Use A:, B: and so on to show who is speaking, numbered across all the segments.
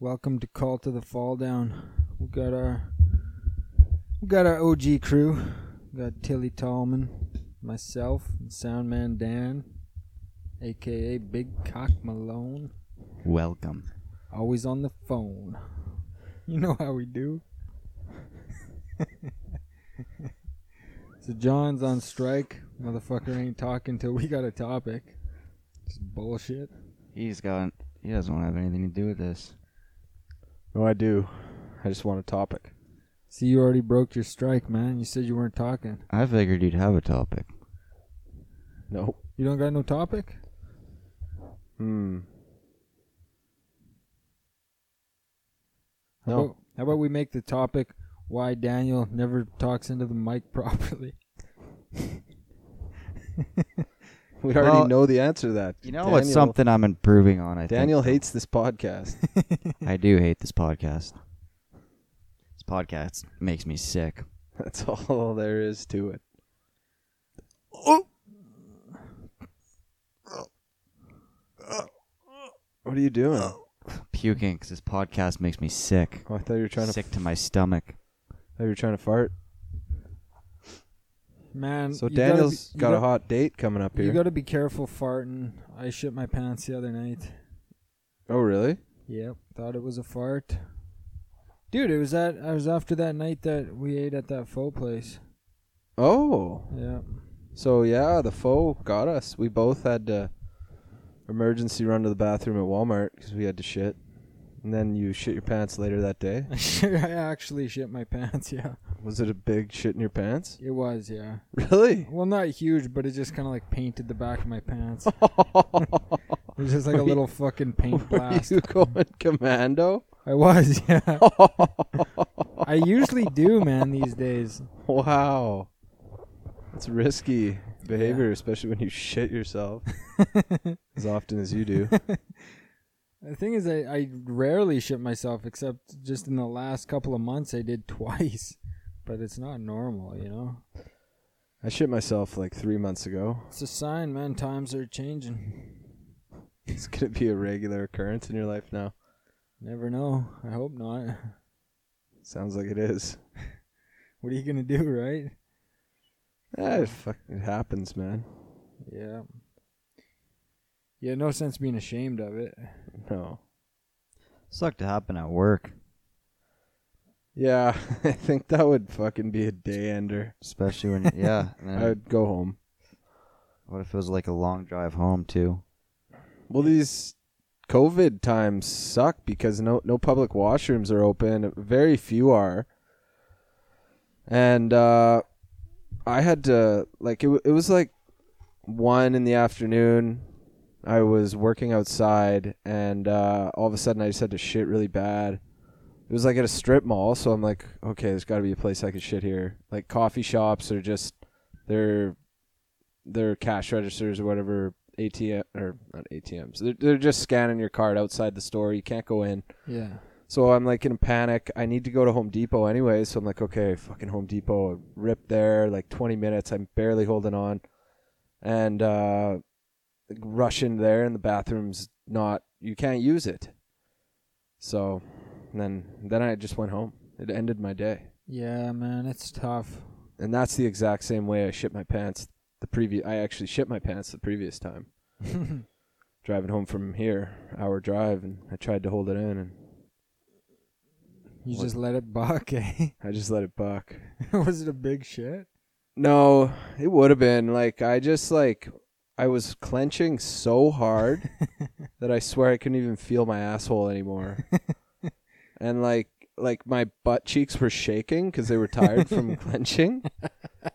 A: Welcome to Call to the Fall Down. We got our we got our OG crew. We got Tilly Tallman, myself, and Soundman Dan, aka Big Cock Malone.
B: Welcome.
A: Always on the phone. You know how we do. so John's on strike. Motherfucker ain't talking till we got a topic. Just bullshit.
B: He's got. He doesn't want to have anything to do with this.
C: No, I do. I just want a topic.
A: See, you already broke your strike, man. You said you weren't talking.
B: I figured you'd have a topic.
C: No.
A: You don't got no topic?
C: Hmm.
A: How
C: No.
A: About, how about we make the topic why Daniel never talks into the mic properly?
C: We already
B: Well,
C: know the answer to that.
B: You know what's something I'm improving on? I think,
C: Daniel
B: though?
C: hates this podcast.
B: I do hate this podcast. This podcast makes me sick.
C: That's all there is to it. What are you doing? Oh,
B: Puking because this podcast makes me sick.
C: I thought you were trying
B: sick
C: to.
B: to my stomach.
C: I thought you were trying to fart.
A: Man,
C: So
A: Um, you gotta be-
C: Daniel's
A: you
C: got
A: gotta-
C: a hot date coming up
A: You
C: here.
A: gotta be careful farting. I shit my pants the other night.
C: oh, really?
A: Yep, thought it was a fart. Dude, it was that I was after that night that we ate at that faux place.
C: Oh,
A: Yeah.
C: so yeah, the foe got us. We both had to emergency run to the bathroom at Walmart because we had to shit, and then you shit your pants later that day.
A: I actually shit my pants, yeah.
C: Was it a big shit in your pants?
A: It was, yeah.
C: Really?
A: Well, not huge, but it just kind of like painted the back of my pants. It was just like a little fucking paint
C: Were
A: blast.
C: you going commando?
A: I was, yeah. I usually do, man, these days.
C: wow, that's risky behavior, especially when you shit yourself as often as you do.
A: The thing is, I, I rarely shit myself, except just in the last couple of months, I did twice. But it's not normal, you know?
C: I shit myself like three months ago.
A: It's a sign, man. Times are changing.
C: It's gonna be a regular occurrence in your life now.
A: Never know. I hope not.
C: Sounds like it is.
A: What are you going to do, right?
C: Eh, it, fuck, it happens, man.
A: Yeah. Yeah, no sense being ashamed of it.
C: No.
B: Suck to happen at work,
C: Yeah, I think that would fucking be a day ender.
B: especially when yeah. and then
C: I would go home.
B: what if it was like a long drive home too?
C: Well, these COVID times suck because no no public washrooms are open. Very few are. And uh, I had to like it. wa- It was like one in the afternoon. I was working outside, and uh, all of a sudden, I just had to shit really bad. It was like at a strip mall, so I'm like, okay, there's got to be a place I could shit here. Like coffee shops are just they're their cash registers or whatever ATM or not ATMs. They're, they're just scanning your card outside the store. You can't go in.
A: Yeah.
C: So I'm like in a panic. I need to go to Home Depot anyway. So I'm like, okay, fucking Home Depot. Rip there, like 20 minutes. I'm barely holding on, and uh, rush in there, and the bathroom's not. You can't use it. So, and then then I just went home. It ended my day,
A: Yeah, man. It's tough.
C: and that's the exact same way I shit my pants. The previous, I actually shit my pants the previous time driving home from here, hour drive, and I tried to hold it in, and
A: You just let it buck, eh?
C: I just let it buck.
A: was it a big shit?
C: No, it would have been like I just like I was clenching so hard that I swear I couldn't even feel my asshole anymore, and like like my butt cheeks were shaking because they were tired from clenching,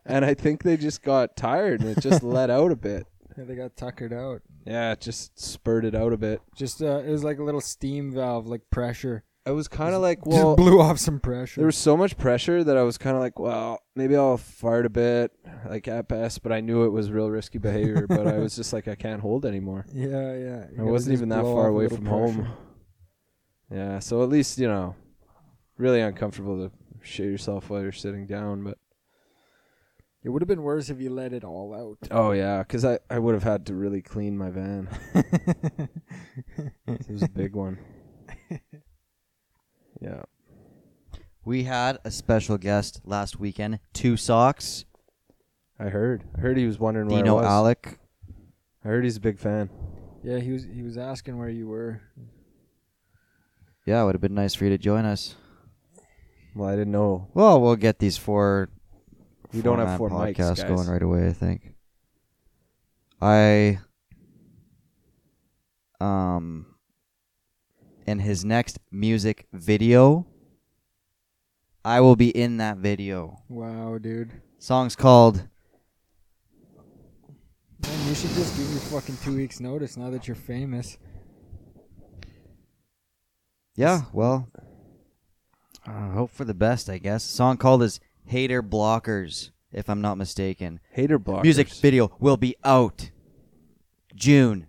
C: and I think they just got tired and it just let out a bit.
A: Yeah, they got tuckered out.
C: Yeah, it just spurted out a bit.
A: Just uh, it was like a little steam valve, like pressure.
C: I was kind of like,
A: just
C: well,
A: blew off some pressure.
C: There was so much pressure that I was kind of like, well, maybe I'll fart a bit, like at best, but I knew it was real risky behavior, but I was just like, I can't hold anymore.
A: yeah, yeah. You
C: I
A: gotta
C: wasn't
A: just
C: even that
A: blow
C: far
A: off a
C: away
A: little
C: from
A: pressure.
C: home. Yeah, so at least, you know, really uncomfortable to shit yourself while you're sitting down, but
A: It would have been worse if you let it all out.
C: oh yeah, because I, I would have had to really clean my van. it was a big one.
B: We had a special guest last weekend, Two Socks.
C: I heard. I heard he was wondering
B: Do
C: where
B: you know
C: I was.
B: Alec?
C: I heard he's a big fan.
A: Yeah, he was he was asking where you were.
B: Yeah, it would have been nice for you to join us.
C: Well, I didn't know.
B: Well, we'll get these four.
C: We don't have four
B: man
C: mics,
B: podcasts
C: guys.
B: going right away. I think. I. Um. In his next music video, I will be in that video.
A: Wow, dude.
B: Song's called
A: Man, you should just give your fucking two weeks notice now that you're famous.
B: Yeah, well, uh, hope for the best, I guess. Song called is "Hater Blockers," if I'm not mistaken.
C: Hater block.
B: Music video will be out June.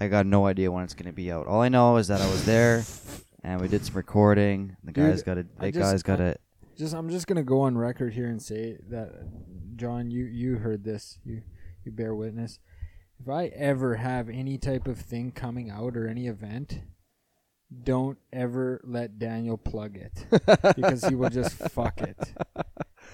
B: I got no idea when it's gonna be out. All I know is that I was there, and we did some recording. The
A: Dude,
B: guys got a,
A: I
B: the
A: just-
B: guys got a.
A: Just I'm just gonna go on record here and say that John, you you heard this. You you bear witness. If I ever have any type of thing coming out or any event, don't ever let Daniel plug it. because he will just fuck it.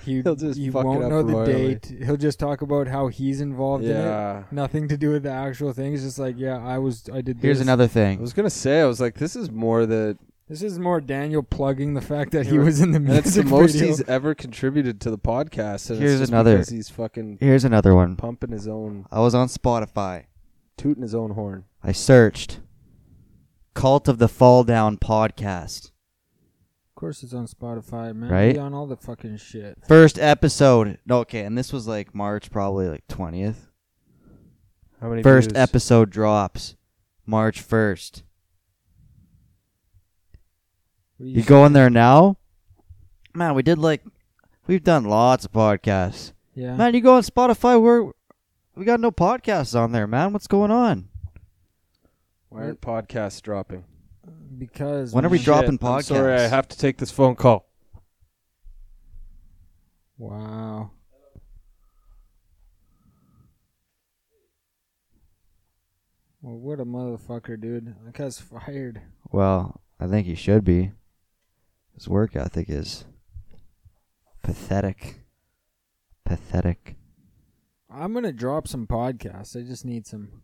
A: He,
C: He'll just
A: he
C: fuck it
A: won't
C: up
A: know the
C: royally.
A: date. He'll just talk about how he's involved in it.
C: Yeah.
A: Nothing to do with the actual thing. It's just like, yeah, I was, I did.
B: Here's
A: this.
B: another
C: I
B: thing.
C: was gonna say. I was like, this is more the
A: This is more Daniel plugging the fact that he
C: You're-
A: was in the
C: and
A: music
C: it's the most
A: video.
C: he's ever contributed to the podcast. And it's
B: Here's
C: just
B: another-
C: Because he's fucking
B: Here's another one.
C: pumping his own,
B: I was on Spotify.
C: tooting his own horn.
B: I searched "Cult of the Fall Down" podcast.
A: Of course, it's on Spotify, man.
B: Right?
A: Be on all the fucking shit.
B: First episode. No, okay, and this was like March, probably like twentieth.
C: How many
B: First
C: views?
B: episode drops March first.
A: What do
B: You go in there now, man. We did like we've done lots of podcasts.
A: Yeah.
B: Man, you go on Spotify. We're we got no podcasts on there, man. What's going on?
C: Why aren't podcasts dropping?
A: because
B: When are we
A: man-
B: dro- Dropping
C: Shit, I'm sorry, I
B: podcasts.
C: have to take this phone call.
A: Wow. Well, what a motherfucker, dude! That guy's fired.
B: Well, I think he should be. His work ethic is pathetic. Pathetic.
A: I'm gonna drop some podcasts. I just need some.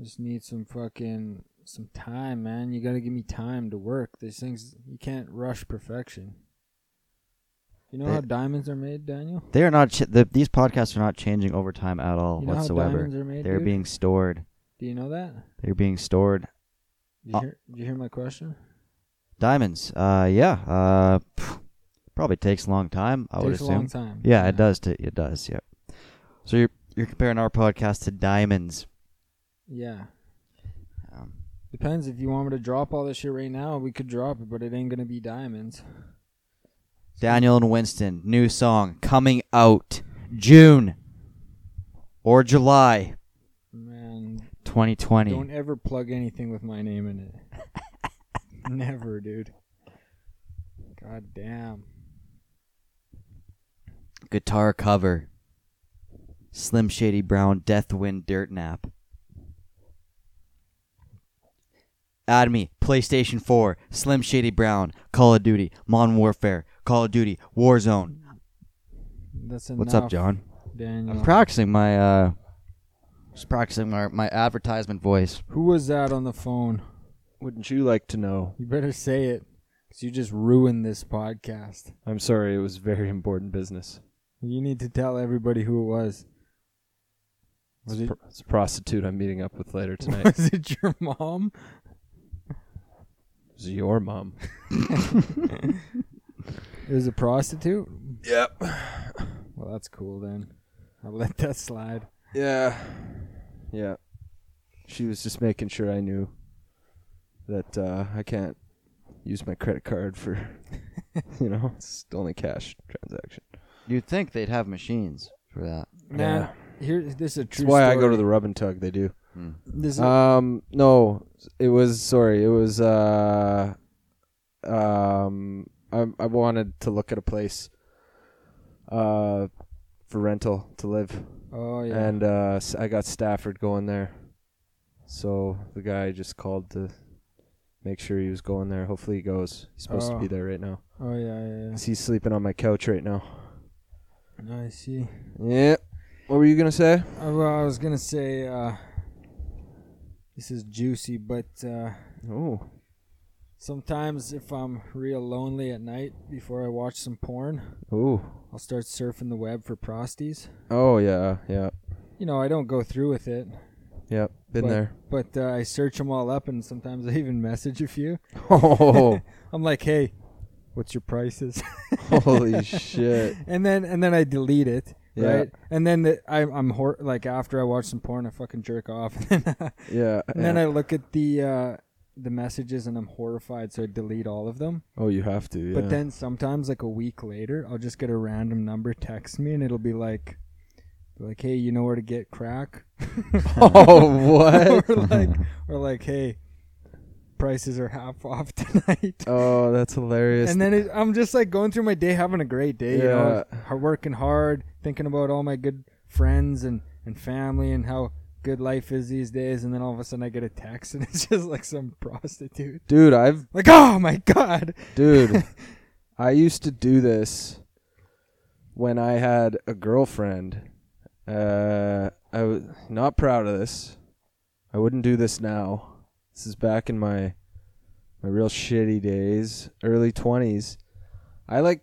A: Just need some fucking some time, man. You gotta give me time to work. These things you can't rush perfection. You know
B: They-
A: how diamonds are made, Daniel.
B: They are not. Ch- the, these podcasts are not changing over time at all
A: you know how
B: whatsoever.
A: diamonds are made.
B: They're
A: dude?
B: being stored.
A: Do you know that?
B: They're being stored.
A: Did you,
B: Uh,
A: hear, did you hear my question?
B: Diamonds. Uh, yeah. Uh, pff, probably takes a long time. I would
A: Takes a long
B: assume.
A: time.
B: Yeah, it does. T- it does. Yeah. So you're you're comparing our podcast to diamonds.
A: Yeah.
B: Um,
A: Depends if you want me to drop all this shit right now, we could drop it, but it ain't gonna be diamonds.
B: Daniel and Winston, new song coming out June or July
A: Man,
B: 2020.
A: Don't ever plug anything with my name in it. Never, dude. God damn. e-
B: Guitar cover. Slim Shady Brown, Deathwind, Dirt Nap. Add me, PlayStation 4, Slim Shady Brown, Call of Duty, Modern Warfare, Call of Duty, Warzone.
A: That's enough.
B: What's up, John?
A: Daniel.
B: I'm practicing my uh just practicing my, my advertisement voice.
A: Who was that on the phone?
C: Wouldn't you like to know?
A: You better say it, because you just ruined this podcast.
C: I'm sorry, it was very important business.
A: You need to tell everybody who it was. Was it,
C: Pr- It's a prostitute I'm meeting up with later tonight.
A: was it your mom?
C: it's your mom.
A: It was a prostitute?
C: Yep.
A: Well, that's cool then. I'll let that slide.
C: Yeah. Yeah. She was just making sure I knew that uh, I can't use my credit card for, you know, it's only cash transaction.
B: You'd think they'd have machines for that.
A: Man, here, this is a
C: That's
A: true
C: why I
A: story.
C: go to the rub and tug. They do.
A: This is,
C: Um, no, it was sorry. It was uh, um, I I wanted to look at a place, uh, for rental to live.
A: oh, yeah.
C: and uh, s- I got Stafford going there. So the guy just called to make sure he was going there. Hopefully he goes. He's supposed
A: Oh.
C: to be there right now.
A: Oh yeah, yeah,
C: 'Cause He's sleeping on my couch right now.
A: yeah. I see.
C: Yeah. What were you gonna say?
A: Uh, well, I was gonna say uh, this is juicy, but uh,
C: Oh.
A: sometimes if I'm real lonely at night before I watch some porn,
C: Ooh.
A: I'll start surfing the web for prosties.
C: Oh yeah, yeah.
A: You know, I don't go through with it,
C: Yep. Been
A: But-
C: there.
A: but uh, I search them all up, and sometimes I even message a few.
C: Oh
A: I'm like, hey, what's your prices?
C: holy shit.
A: and then and then I delete it.
C: Yeah.
A: Right, and then the, I, I'm hor- like after I watch some porn, I fucking jerk off, and then,
C: Yeah.
A: then
C: yeah.
A: I look at the uh, the messages and I'm horrified, so I delete all of them.
C: oh you have to, yeah.
A: But then sometimes, like a week later, I'll just get a random number text me, and it'll be like, like, hey, you know where to get crack?
C: Oh what?
A: or like, or like, hey, prices are half off tonight.
C: oh, that's hilarious.
A: and then it, I'm just like going through my day, having a great day. You know,
C: Yeah.
A: h- working hard, thinking about all my good friends and and family and how good life is these days. And then all of a sudden, I get a text, and it's just like some prostitute.
C: dude, I've
A: Like, oh my god.
C: Dude, I used to do this when I had a girlfriend. Uh, I was not proud of this. I wouldn't do this now. This is back in my my real shitty days, early 20s. I like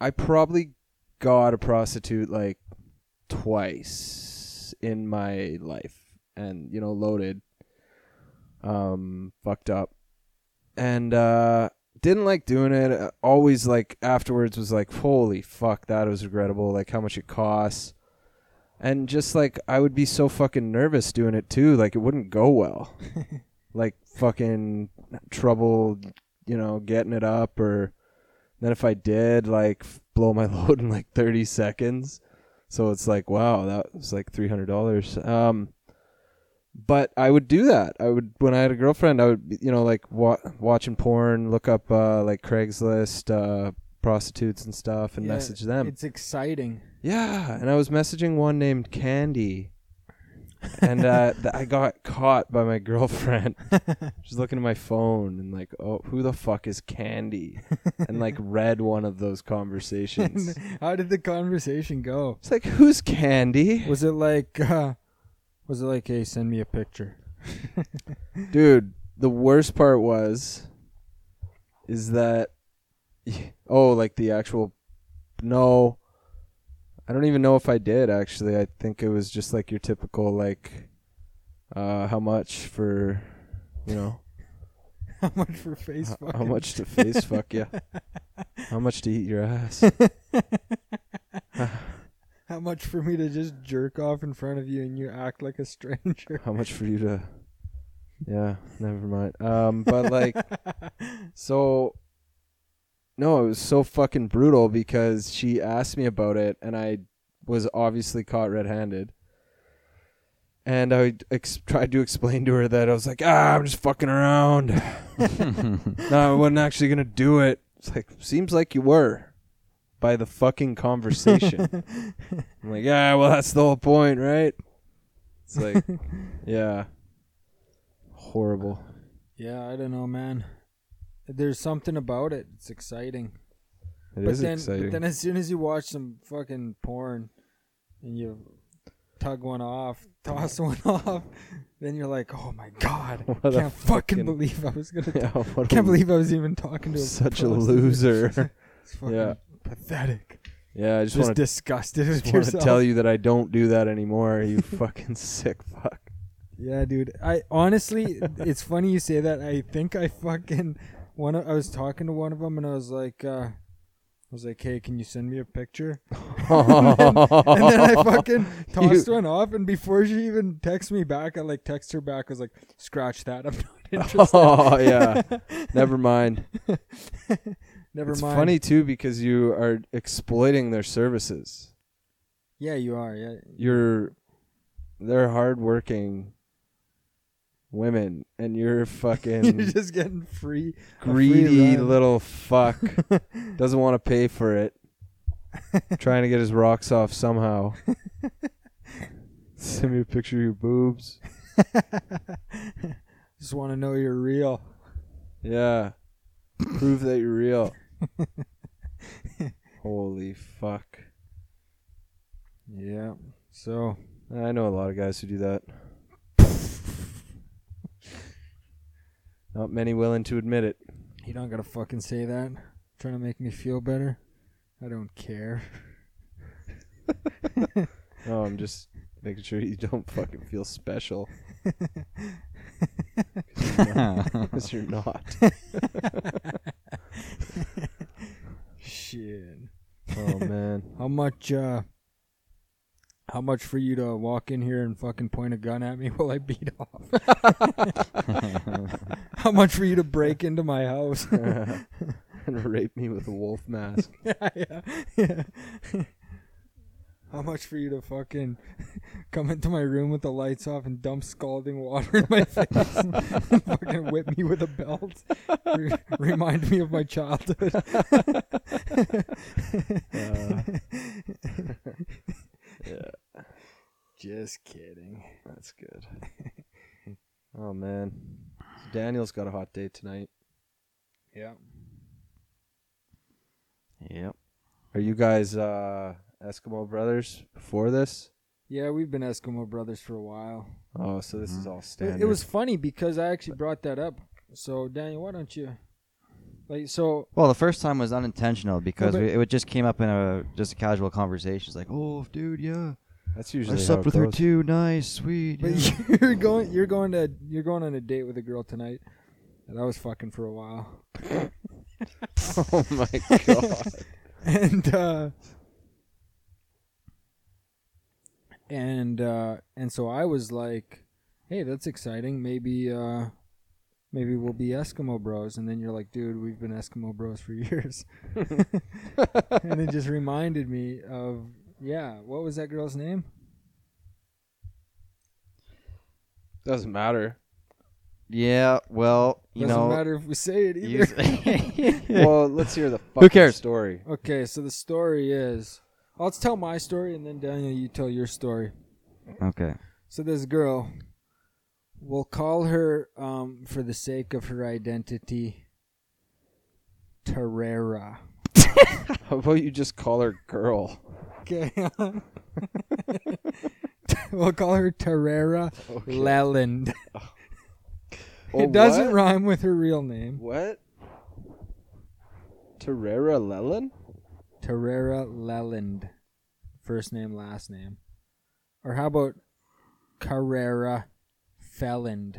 C: I probably got a prostitute like twice in my life and you know loaded um fucked up and uh didn't like doing it Uh, always like afterwards was like holy fuck that was regrettable like how much it costs and just like i would be so fucking nervous doing it too like it wouldn't go well like fucking trouble you know getting it up or then if i did like f- blow my load in like 30 seconds so it's like wow that was like $300 um but I would do that. I would when I had a girlfriend. I would be- you know like wa- watching porn, look up uh, like Craigslist uh, prostitutes and stuff, and
A: Yeah,
C: message them.
A: It's exciting.
C: Yeah, and I was messaging one named Candy, and uh, th- I got caught by my girlfriend. She's looking at my phone and like, oh, who the fuck is Candy? And like read one of those conversations.
A: How did the conversation go?
C: It's like, who's Candy?
A: Was it like, uh, was it like, hey, send me a picture?
C: dude the worst part was is that oh like the actual no i don't even know if i did actually i think it was just like your typical like uh how much for you know
A: How much for face
C: h-
A: fucking?
C: how much to face fuck you how much to eat your ass
A: How much for me to just jerk off in front of you and you act like a stranger?
C: how much for you to yeah never mind um but like so no it was so fucking brutal because she asked me about it and i was obviously caught red-handed and i ex- tried to explain to her that i was like ah i'm just fucking around no i wasn't actually gonna do it it's like seems like you were by the fucking conversation i'm like yeah well that's the whole point right it's like yeah horrible
A: Yeah, I don't know, man. There's something about it. It's exciting.
C: It is
A: but then,
C: exciting
A: but then as soon as you watch some fucking porn and you tug one off, toss one off, then you're like, oh my god,
C: What
A: I
C: a
A: can't fucking
C: fucking-
A: believe I was gonna.
C: Yeah, what a
A: can't believe I was even talking to a
C: such a
A: prostitute.
C: loser.
A: It's fucking
C: Yeah.
A: pathetic.
C: yeah, I just
A: Just,
C: want to
A: disgusted with
C: just want to
A: yourself.
C: tell you that I don't do that anymore. You fucking sick fuck.
A: Yeah, dude. I honestly, it's funny you say that. I think I fucking one. Of, I was talking to one of them, and I was like, uh, I was like, hey, can you send me a picture? And then I fucking tossed one off, and before she even texted me back, I like text her back. I was like, scratch that. I'm not interested.
C: oh yeah, never mind.
A: Never
C: it's
A: mind.
C: funny too because you are exploiting their services.
A: Yeah, you are. Yeah.
C: You're they're hardworking women, and you're fucking
A: You're just getting free. a free
C: greedy
A: ride.
C: little fuck doesn't want to pay for it trying to get his rocks off somehow send me a picture of your boobs
A: Just want to know you're real.
C: Yeah. Prove that you're real. Holy fuck.
A: Yeah. So
C: I know a lot of guys who do that. Not many willing to admit it.
A: you don't gotta fucking say that. Trying to make me feel better. I don't care.
C: No, I'm just making sure you don't fucking feel special. Because you're not.
A: Shit.
C: Oh, man.
A: How much? uh How much for you to walk in here and fucking point a gun at me while I beat off? how much for you to break into my house?
C: and rape me with a wolf mask.
A: yeah, yeah. How much for you to fucking come into my room with the lights off and dump scalding water in my face and fucking whip me with a belt? Re- remind me of my childhood.
C: Uh,
A: Just kidding.
C: that's good. Oh, man. Daniel's got a hot date tonight.
A: Yeah.
B: yep.
C: Are you guys uh, Eskimo brothers before this?
A: Yeah, we've been Eskimo brothers for a while.
C: Oh, so this is all
A: It-
C: standard.
A: It was funny because I actually brought that up. So Daniel, why don't you like so
B: Well, the first time was unintentional because
A: but-
B: we, it would- just came up in a just a casual conversation. It's like, oh, dude, yeah,
C: That's
B: I
C: usually
B: slept
C: how it
B: with her
C: goes.
B: too. Nice, sweet.
A: But
B: yeah."
A: you're going you're going to you're going on a date with a girl tonight. And I was fucking for a while.
C: oh my god.
A: and uh and uh and so I was like, "Hey, that's exciting. Maybe uh maybe we'll be Eskimo Bros." And then you're like, "Dude, we've been Eskimo Bros for years." and it just reminded me of yeah, what was that girl's name?
C: Doesn't matter.
B: yeah. Well, you
A: Doesn't
B: know,
A: matter if we say it either.
B: you-
C: Well, let's hear the fucking
B: cares?
C: story.
A: Okay, so the story is I'll let's tell my story and then Daniel, you tell your story.
B: okay.
A: So this girl, we'll call her um, for the sake of her identity, Terrera.
C: How about you just call her girl?
A: Okay. we'll call her Terrera Leland.
C: Oh,
A: it doesn't
C: what?
A: rhyme with her real name,
C: What? Terrera Lelin?
A: Terrera Leland. First name, last name. Or how about Carrera Felland?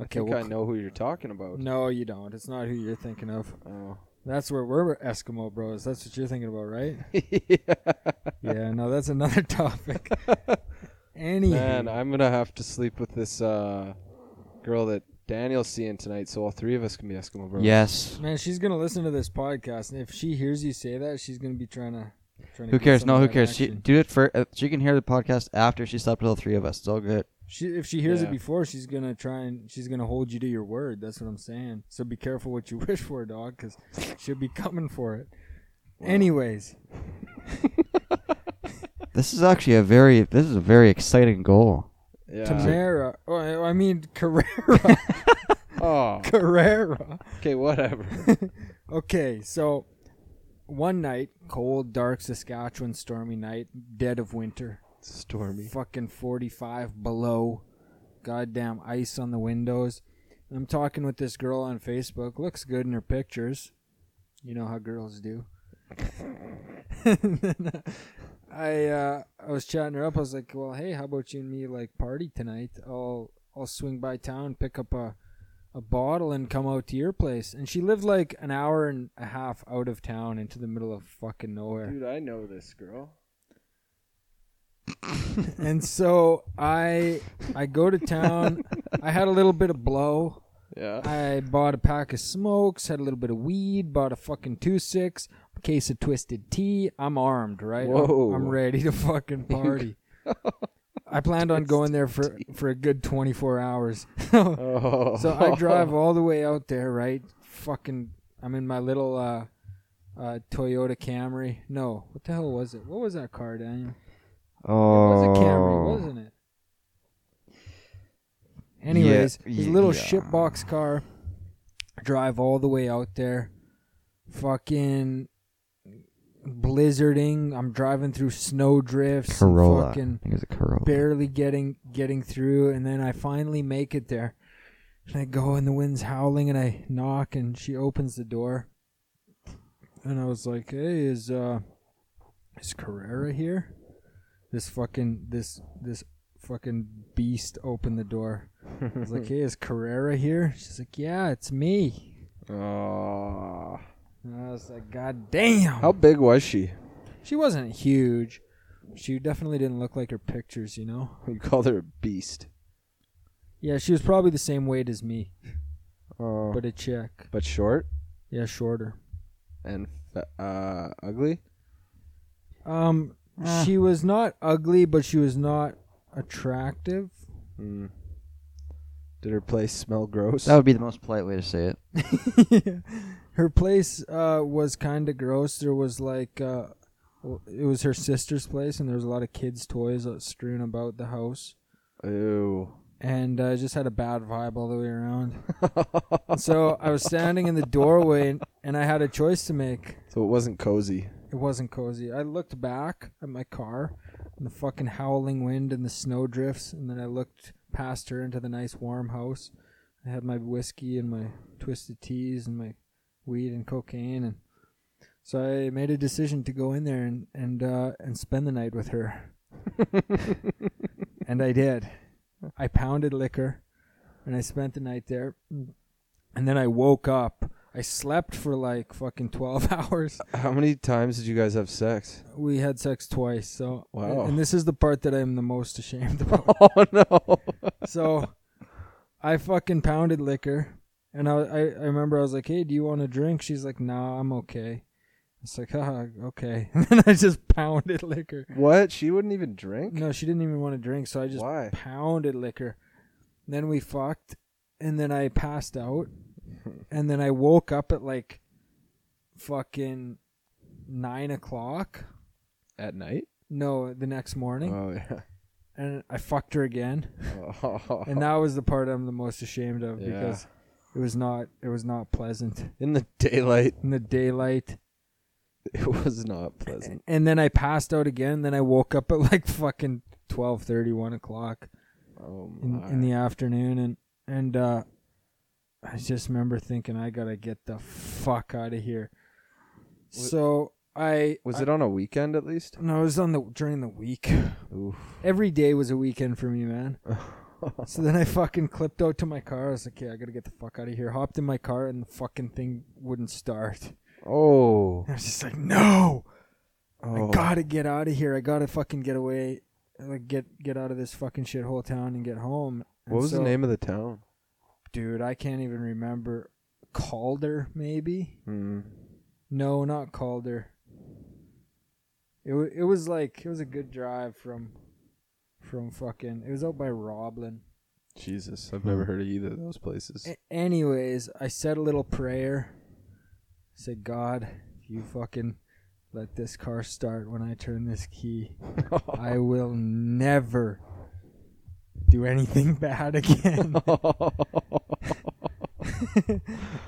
A: Okay,
C: I think
A: we'll
C: I know who you're talking about.
A: No, you don't. It's not who you're thinking of.
C: Oh.
A: That's where we're Eskimo bros. That's what you're thinking about, right? yeah, no, that's another topic. Any
C: Man, I'm gonna have to sleep with this uh, girl that Daniel's seeing tonight, so all three of us can be Eskimo brothers.
B: Yes.
A: man, she's gonna listen to this podcast, and if she hears you say that, she's gonna be trying to. Trying to
B: Who
A: get
B: cares?
A: some of
B: No, who
A: that
B: cares? She
A: action.
B: do it for. Uh, she can hear the podcast after she slept with all three of us. It's all good.
A: She, if she hears it
C: Yeah.
A: before, she's gonna try and she's gonna hold you to your word. That's what I'm saying. So be careful what you wish for, dog, because she'll be coming for it. Anyways,
B: This is actually a very. This is a very exciting goal.
C: Yeah.
A: Tamara. Oh, I I mean Carrera.
C: Oh.
A: Carrera.
C: Okay. Whatever.
A: Okay, so one night, cold, dark Saskatchewan, stormy night, dead of winter,
C: Stormy.
A: fucking 45 below, goddamn ice on the windows. I'm talking with this girl on Facebook. Looks good in her pictures. You know how girls do. And then, uh, I uh, I was chatting her up. I was like, "Well, hey, how about you and me like party tonight? I'll I'll swing by town, pick up a a bottle, and come out to your place." And she lived like an hour and a half out of town, into the middle of fucking nowhere.
C: Dude, I know this girl.
A: and so I I go to town. I had a little bit of blow.
C: Yeah.
A: I bought a pack of smokes, had a little bit of weed, bought a fucking two six, a case of twisted tea. I'm armed, right? I'm-
C: Whoa.
A: I'm ready to fucking party. I planned on going there for for a good 24 hours. so
C: Oh.
A: I drive all the way out there, right? Fucking, I'm in my little uh, uh, Toyota Camry. No, what the hell was it? What was that car, Daniel? It
B: Oh.
A: was a Camry, wasn't it? Anyways,
B: Yeah,
A: his
B: yeah,
A: little
B: yeah.
A: shitbox car drive all the way out there. Fucking blizzarding. I'm driving through snow drifts. and
B: Corolla.
A: Fucking
B: I think it's a Corolla.
A: barely getting getting through and then I finally make it there. And I go and the wind's howling and I knock and she opens the door. And I was like, "Hey, is uh is Carrera here?" This fucking this this fucking beast opened the door. I was like, "Hey, is Carrera here?" She's like, "Yeah, it's me."
D: Aw.
A: And I was like, "God damn."
D: how big was she?
A: She wasn't huge. She definitely didn't look like her pictures, you know.
D: You called her a beast.
A: Yeah, she was probably the same weight as me.
D: Oh, but,
A: but a chick.
D: short
A: Yeah, shorter.
D: and fa- uh, ugly.
A: Um, she was not ugly, but she was not attractive.
C: Hmm.
D: Mm. Did her place smell gross?
B: That would be the most polite way to say it.
A: her place uh, was kind of gross. There was like, uh, well, it was her sister's place, and there was a lot of kids' toys uh, strewn about the house.
D: Ew.
A: And I uh, just had a bad vibe all the way around. And so I was standing in the doorway, and, and I had a choice to make.
D: So it wasn't cozy.
A: It wasn't cozy. I looked back at my car and the fucking howling wind and the snow drifts, and then I looked past her into the nice warm house. I had my whiskey and my twisted teas and my weed and cocaine, and so I made a decision to go in there and and uh, and spend the night with her, and I did. I pounded liquor, and I spent the night there, and then I woke up. I slept for like fucking twelve hours
D: How many times did you guys have sex?
A: we had sex twice. So and,
D: Wow.
A: and this is the part that I'm the most ashamed about.
D: Oh no.
A: so I fucking pounded liquor, and I, I I remember I was like, "Hey, do you want a drink?" She's like, "Nah, I'm okay." It's like, "Ah, okay." And then I just pounded liquor.
D: What? She wouldn't even drink.
A: No, she didn't even want to drink, so I just
D: Why?
A: pounded liquor. Then we fucked, and then I passed out, and then I woke up at like fucking nine o'clock.
D: At night.
A: No, the next morning.
D: Oh yeah.
A: and I fucked her again.
D: Oh.
A: And that was the part I'm the most ashamed of
D: Yeah.
A: because it was not it was not pleasant
D: In the daylight,
A: in the daylight.
D: it was not pleasant.
A: And then I passed out again. Then I woke up at like fucking 12:30, 1 o'clock
D: Oh
A: in,
D: my.
A: in the afternoon, and and uh, I just remember thinking I gotta get the fuck out of here.
D: Wa-
A: So I
D: was
A: I-
D: it on a weekend at least?
A: No, it was on the during the week.
D: Oof.
A: Every day was a weekend for me, man. So then I fucking clipped out to my car. I was like, yeah, I gotta get the fuck out of here. Hopped in my car and the fucking thing wouldn't start.
D: oh.
A: I was just like, no,
D: Oh.
A: I gotta get out of here. I gotta fucking get away, like get get out of this fucking shithole town and get home. And
D: What was
A: so-
D: the name of the town?
A: dude? I can't even remember. Calder, maybe?
D: Hmm.
A: No, not Calder. It wa it was like it was a good drive from from fucking. It was out by Roblin.
D: Jesus, I've
A: Hmm.
D: never heard of either of those places.
A: A- anyways, I said a little prayer. Said, God, if you fucking let this car start when I turn this key, I will never do anything bad again.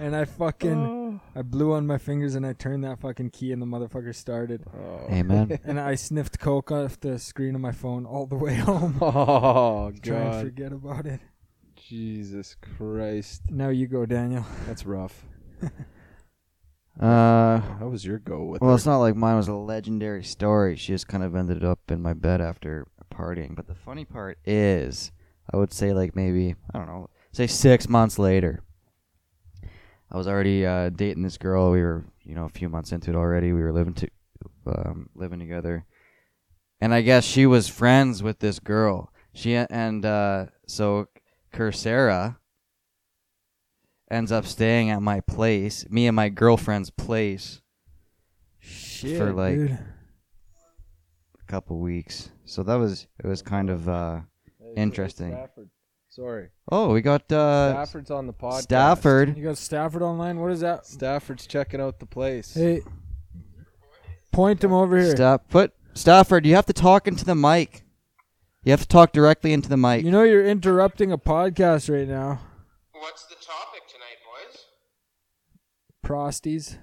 A: and I fucking I blew on my fingers and I turned that fucking key and the motherfucker started.
D: Oh.
B: Amen.
A: And I sniffed coke off the screen of my phone all the way home.
D: Oh
A: Try and
D: God,
A: forget about it.
D: Jesus Christ,
A: Now you go, Daniel.
D: that's rough.
B: Uh,
D: How was your go with?
B: well, it's not like mine was a legendary story. She just kind of ended up in my bed after partying. But the funny part is, I would say like maybe I don't know, say six months later, I was already uh, dating this girl. We were you know a few months into it already. We were living to um, living together, and I guess she was friends with this girl. She and uh, so Coursera ends up staying at my place, me and my girlfriend's place.
A: Shit,
B: For, like,
A: dude.
B: a couple weeks. So that was it was kind of uh Interesting.
D: Stafford. Sorry,
B: oh we got uh
D: Stafford's on the podcast.
B: Stafford.
A: You got Stafford online. What is that?
D: Stafford's checking out the place.
A: Hey, point him over here.
B: Staff put Stafford, you have to talk into the mic. You have to talk directly into the mic.
A: You know you're interrupting a podcast right now,
E: What's the topic tonight, boys?
A: prosties.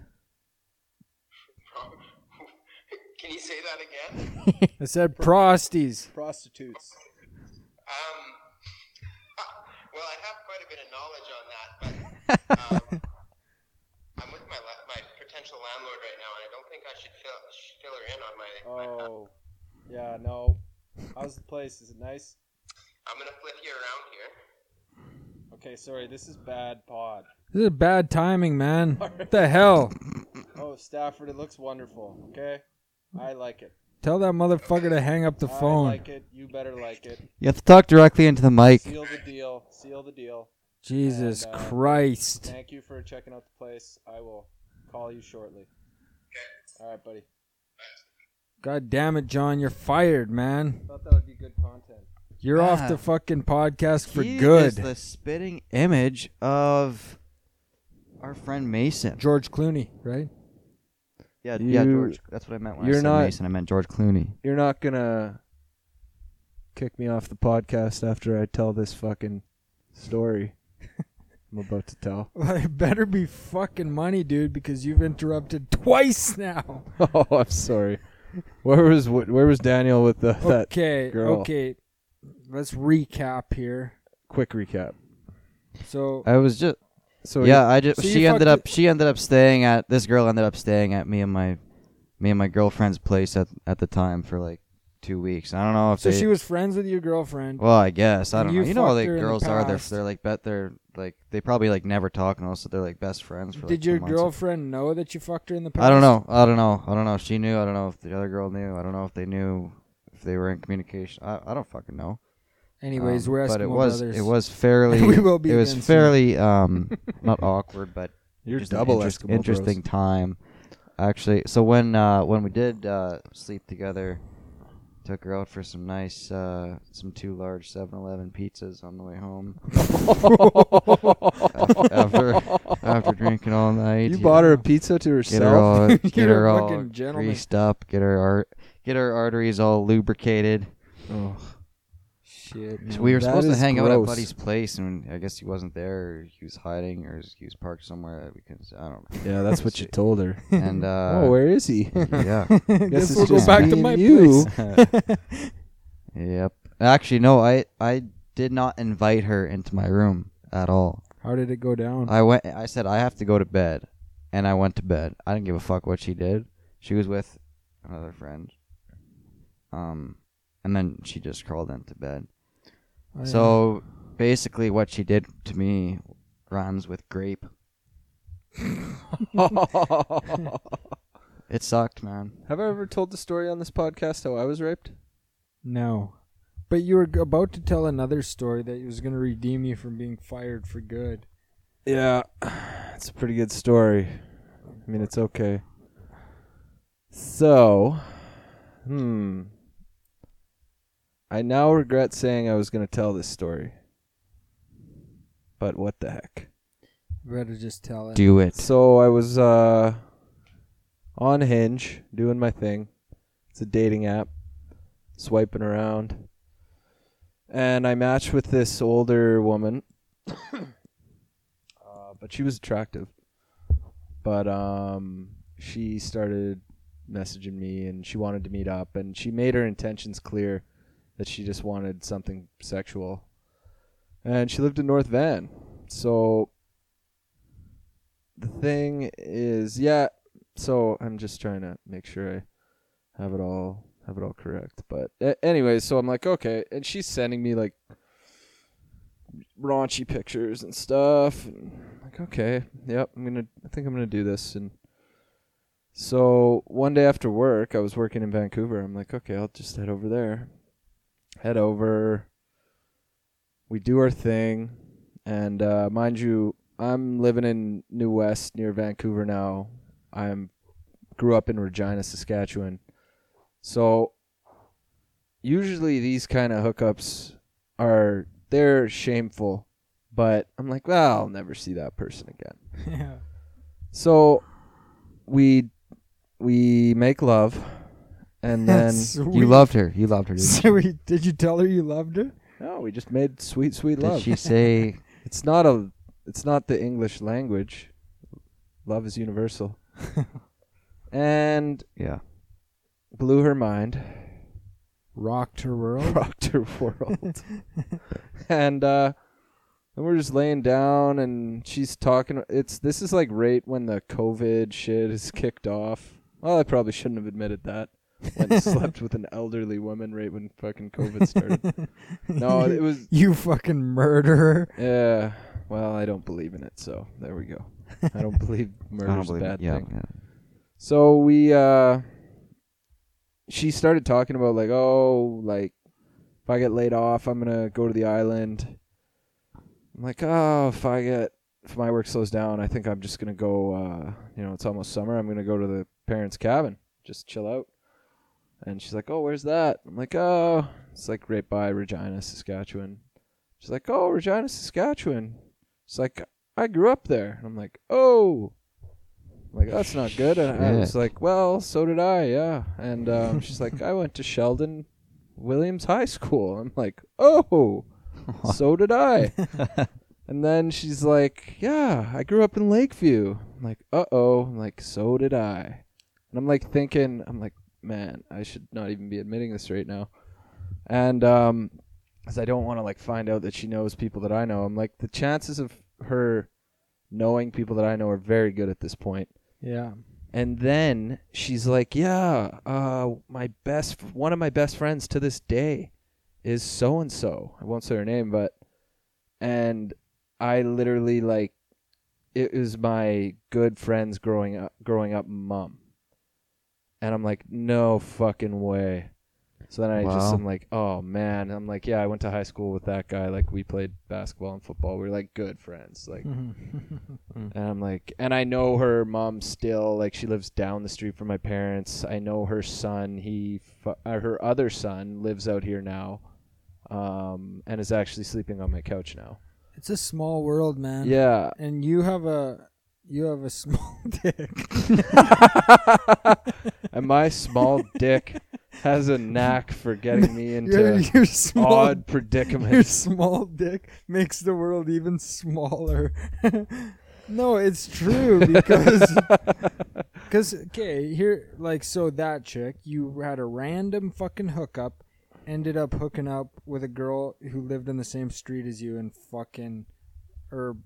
E: Can you say that again?
A: I said prosties.
D: Prostitutes.
E: Um, well, I have quite a bit of knowledge on that, but um, I'm with my la- my potential landlord right now, and I don't think I should fill should fill her in on my. my
D: Oh, yeah. No. How's the place? Is it nice?
E: I'm gonna flip you around here.
D: Okay, sorry. This is bad pod.
A: This is bad timing, man. What the hell?
D: Oh, Stafford, it looks wonderful. Okay, I like it.
A: Tell that motherfucker to hang up the phone.
D: I like it. You better like it.
B: You have to talk directly into the mic.
D: Seal the deal. Seal the deal.
A: Jesus
D: And, uh,
A: Christ.
D: Thank you for checking out the place. I will call you shortly. All right, buddy.
A: God damn it, John. You're fired, man.
D: Thought that would be good content.
A: You're off
B: Ah.
A: the fucking podcast for
B: He
A: good.
B: is the spitting image of our friend Mason.
A: George Clooney, right?
B: Yeah, yeah,
D: You-
B: George. That's what I meant when
D: you're
B: I said
D: not-
B: Mason. I meant George Clooney.
D: You're not gonna kick me off the podcast after I tell this fucking story I'm about to tell.
A: It better be fucking money, dude, because you've interrupted twice now.
D: Oh, I'm sorry. Where was where was Daniel with the, that
A: okay,
D: girl.
A: okay. Let's recap here.
D: quick recap?
A: So,
B: I was just
D: So
B: yeah. I just
A: so you
B: she ended
A: fucked
B: up she ended up staying at this girl ended up staying at me and my me and my girlfriend's place at at the time for like two weeks. I don't know if
A: so
B: they,
A: she was friends with your girlfriend.
B: Well, I guess I
A: And
B: don't
A: you
B: know. You know how
A: fucked
B: like
A: her in the
B: girls are. They're
A: past.
B: they're like bet they're like they probably like never talk and also they're like best friends. For, like,
A: Did
B: two
A: your
B: months.
A: girlfriend know that you fucked her in the past?
B: I don't know. I don't know. I don't know if she knew. I don't know if the other girl knew. I don't know if they knew if they were in communication. I, I don't fucking know.
A: Anyways,
B: Um,
A: we're Eskimo
B: but it was
A: brothers.
B: it was fairly
A: We will be
B: it was
A: again soon.
B: fairly um not awkward but
D: you're
B: just an
D: double
B: interest-
D: Eskimo
B: interesting time actually. So when uh when we did uh sleep together, took her out for some nice uh some two large 7-Eleven pizzas on the way home af- after after drinking all night.
D: you bought her a
B: know.
D: pizza
B: Get
D: to
B: her
D: herself.
B: all, get
A: You're a
B: her all
A: fucking gentleman.
B: greased up. Get her ar- get her arteries all lubricated.
A: Shit.
B: So
A: man.
B: we were
D: That
B: supposed to
D: is
B: hang out at
D: gross.
B: Buddy's place, and I guess he wasn't there. Or he was hiding, or he was parked somewhere that we couldn't. s- I don't know.
D: yeah, that's what you told her.
B: And uh,
D: oh, where is he?
B: yeah,
A: Guess
D: it's
A: we'll go
D: just
A: back
D: me
A: to
D: and
A: my
D: you.
A: place.
B: yep. Actually, no. I I did not invite her into my room at all.
A: How did it go down?
B: I went. I said I have to go to bed, and I went to bed. I didn't give a fuck what she did. She was with another friend. Um, and then she just crawled into bed.
D: Oh,
A: I-
B: So basically, what she did to me rhymes with grape. It sucked, man.
D: Have I ever told the story on this podcast how I was raped?
A: no. But you were g- about to tell another story that was going to redeem you from being fired for good.
D: Yeah, it's a pretty good story. I mean, it's okay. So, hmm. I now regret saying I was going to tell this story. But what the heck?
A: Better just tell it.
B: Do it.
D: So, I was uh on Hinge doing my thing. It's a dating app. Swiping around. And I matched with this older woman. uh, but she was attractive. But um she started messaging me and she wanted to meet up and she made her intentions clear that she just wanted something sexual. And she lived in North Van. So the thing is, yeah, so I'm just trying to make sure I have it all have it all correct. But a- anyway, so I'm like, okay, and she's sending me like raunchy pictures and stuff. And I'm like, okay, yep, I'm gonna. I think I'm gonna do this. And so one day after work, I was working in Vancouver. I'm like, okay, I'll just head over there. Head over. We do our thing, and uh, mind you, I'm living in New West near Vancouver now. I'm grew up in Regina, Saskatchewan. So usually these kind of hookups are they're shameful, but I'm like, well, I'll never see that person again.
A: yeah.
D: So we we make love
B: and then
A: That's
B: you
A: sweet.
B: loved her. You loved her. Did,
A: So we, did you tell her you loved her?
D: No, we just made sweet, sweet
B: did
D: love.
B: she say?
D: It's not a. It's not the English language. Love is universal. and
B: Yeah.
D: blew her mind,
A: Rocked her
B: Oh.
A: world.
D: rocked her world. and uh, then we're just laying down, and she's talking. It's this is like right when the COVID shit is kicked off. Well, I probably shouldn't have admitted that. Went and slept with an elderly woman right when fucking COVID started. No, it was
A: you fucking murderer.
D: Yeah. Well, I don't believe in it, so there we go. I don't believe
B: I don't
D: murder's a
B: believe
D: bad
B: it. Yeah,
D: thing.
B: yeah.
D: So we uh she started talking about like, oh, like if I get laid off, I'm gonna go to the island. I'm like, oh, if I get if my work slows down, I think I'm just gonna go uh you know, it's almost summer, I'm gonna go to the parents' cabin, just chill out. And she's like, Oh, where's that? I'm like, Oh it's like right by Regina, Saskatchewan. She's like, Oh, Regina, Saskatchewan. It's like I grew up there. And I'm like, Oh, I'm like that's not good. And I was
B: Shit.
D: like, Well, so did I, yeah. And um, she's like, I went to Sheldon Williams High School. I'm like, Oh, so did I. and then she's like, Yeah, I grew up in Lakeview. I'm like, Uh oh. I'm like, So did I. And I'm like thinking, I'm like, Man, I should not even be admitting this right now. And um, because I don't want to like find out that she knows people that I know. I'm like the chances of her knowing people that I know are very good at this point.
A: Yeah.
D: And then she's like, "Yeah, uh, my best one of my best friends to this day is so and so. I won't say her name, but and I literally like it was my good friend's growing up growing up mom. And I'm like, "No fucking way." So then I just
B: Wow.
D: am like, "Oh man." I'm like, "Yeah, I went to high school with that guy. Like we played basketball and football. We were like good friends. Like
A: Mm-hmm.
D: and I'm like, and I know her mom still. Like, she lives down the street from my parents. I know her son. He, fu- uh, her other son, lives out here now, um, and is actually sleeping on my couch now.
A: it's a small world, man.
D: Yeah,
A: And you have a you have a small dick.
D: and my small dick has a knack for getting me
A: Your,
D: into
A: your small
D: odd
A: your
D: predicaments.
A: small dick makes the world even smaller. no, it's true because cuz okay, here like so that chick, you had a random fucking hookup, ended up hooking up with a girl who lived on the same street as you and fucking or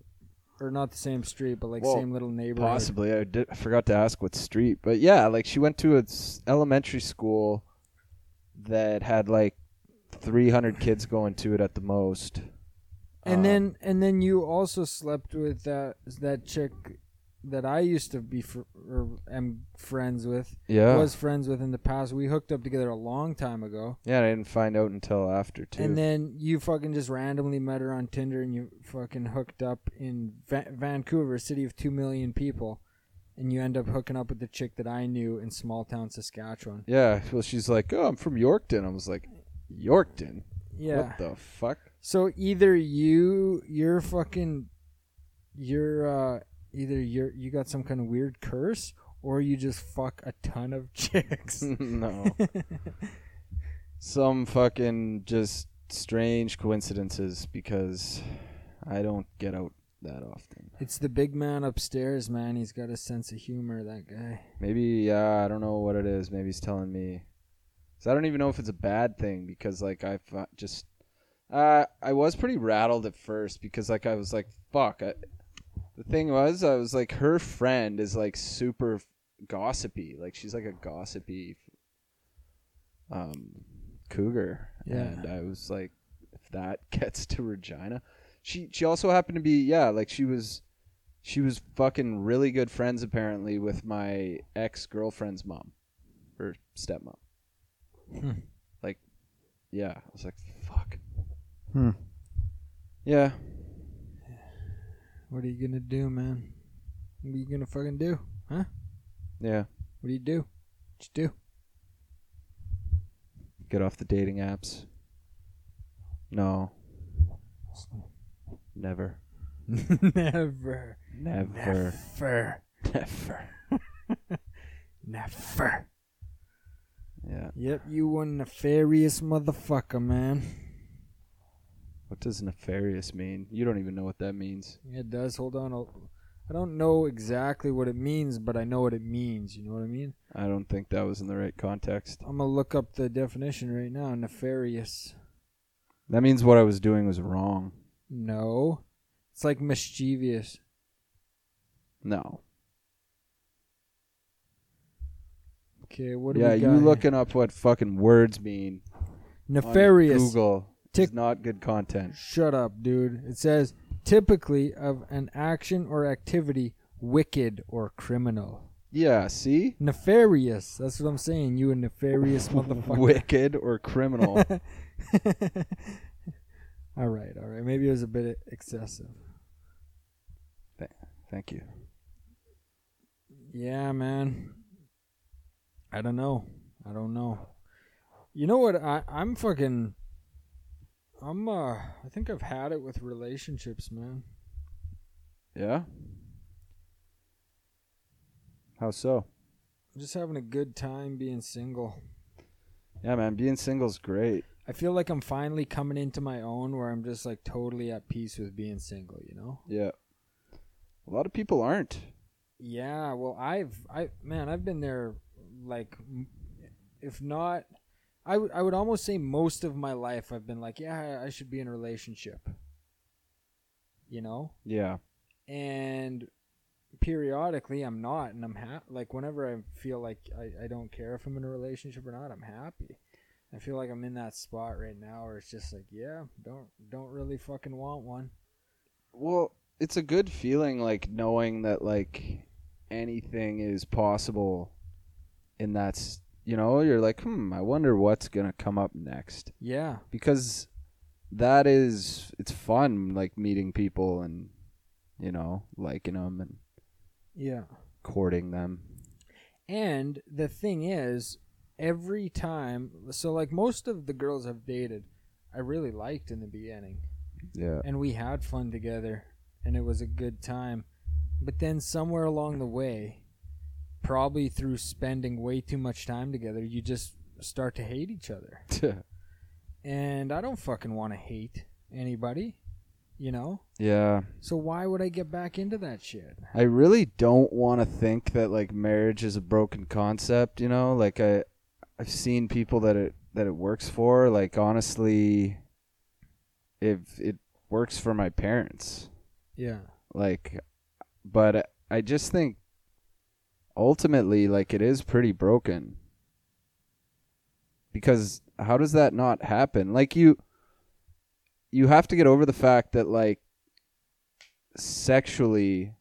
A: or not the same street, but like
D: Well,
A: same little neighborhood.
D: Possibly, I, did, I forgot to ask what street, but yeah, like she went to a s- elementary school that had like 300 kids going to it at the most.
A: And
D: Um,
A: then and then you also slept with that that chick that I used to be fr- or am friends with
D: yeah,
A: was friends with in the past. We hooked up together a long time ago,
D: yeah, and I didn't find out until after too.
A: and then you fucking just randomly met her on Tinder, and you fucking hooked up in Va- Vancouver, a city of two million people, and you end up hooking up with the chick that I knew in small town Saskatchewan.
D: yeah, well, she's like, "Oh, I'm from Yorkton." I was like, "Yorkton?
A: Yeah.
D: What the fuck?"
A: So either you, your fucking, your uh, either you you got some kind of weird curse, or you just fuck a ton of chicks.
D: no, some fucking just strange coincidences because I don't get out that often.
A: it's the big man upstairs, man. He's got a sense of humor. That guy.
D: Maybe yeah, I don't know what it is. Maybe he's telling me. So I don't even know if it's a bad thing because like I fu- just uh, I was pretty rattled at first because like I was like fuck. I, the thing was I was like her friend is like super gossipy. Like she's like a gossipy um cougar.
A: Yeah.
D: And I was like if that gets to Regina. She she also happened to be yeah, like she was she was fucking really good friends apparently with my ex girlfriend's mom, her stepmom.
A: Hmm.
D: Like, yeah, I was like, fuck.
B: Hmm.
D: Yeah,
A: What are you gonna do, man? What are you gonna fucking do?
D: yeah.
A: What do you do? What you do?
D: Get off the dating apps. No. Never.
A: never,
D: Never.
A: never,
D: Never.
A: never.
B: Yeah.
A: Yep, you one nefarious motherfucker, man.
D: What does nefarious mean? You don't even know what that means.
A: It does. Hold on. I'll, I don't know exactly what it means, but I know what it means. You know what I mean?
D: I don't think that was in the right context.
A: I'm going to look up the definition right now. Nefarious.
D: That means what I was doing was wrong.
A: No. It's like mischievous.
D: No.
A: Okay, what do
D: yeah,
A: we
D: you
A: got here?
D: looking up what fucking words mean. on
A: Nefarious.
D: Google.
A: Tick-
D: It's not good content.
A: Shut up, dude. It says typically of an action or activity wicked or criminal.
D: Yeah, see?
A: Nefarious. That's what I'm saying. You a nefarious motherfucker.
D: Wicked or criminal.
A: all right, all right. Maybe it was a bit excessive.
D: Thank you.
A: Yeah, man. I don't know. I don't know. You know what? I I'm fucking. I'm uh. I think I've had it with relationships, man.
D: Yeah? How so?
A: I'm just having a good time being single.
D: Yeah, man, being single's great.
A: I feel like I'm finally coming into my own where I'm just like totally at peace with being single, you know?
D: Yeah. A lot of people aren't.
A: Yeah, well, I've I man, I've been there like m- if not I would I would almost say most of my life I've been like, yeah, I- I should be in a relationship. You know?
D: Yeah.
A: And periodically I'm not and I'm ha- like whenever I feel like I, I don't care if I'm in a relationship or not, I'm happy. I feel like I'm in that spot right now where it's just like, yeah, don't don't really fucking want one.
D: Well, it's a good feeling, like knowing that like anything is possible, and that's you know you're like, hmm, I wonder what's gonna come up next
A: Yeah.
D: because that is it's fun, like meeting people and you know liking them and
A: Yeah.
D: courting them.
A: And the thing is, every time, so like most of the girls I've dated, I really liked in the beginning,
D: Yeah,
A: and we had fun together, and it was a good time. But then somewhere along the way, probably through spending way too much time together, you just start to hate each other. And I don't fucking want to hate anybody, you know?
D: yeah.
A: So why would I get back into that shit?
D: I really don't want to think that like marriage is a broken concept, you know? Like I I've seen people that it that it works for, like honestly if it works for my parents.
A: Yeah.
D: Like but I just think ultimately like it is pretty broken. Because how does that not happen? Like you you have to get over the fact that like sexually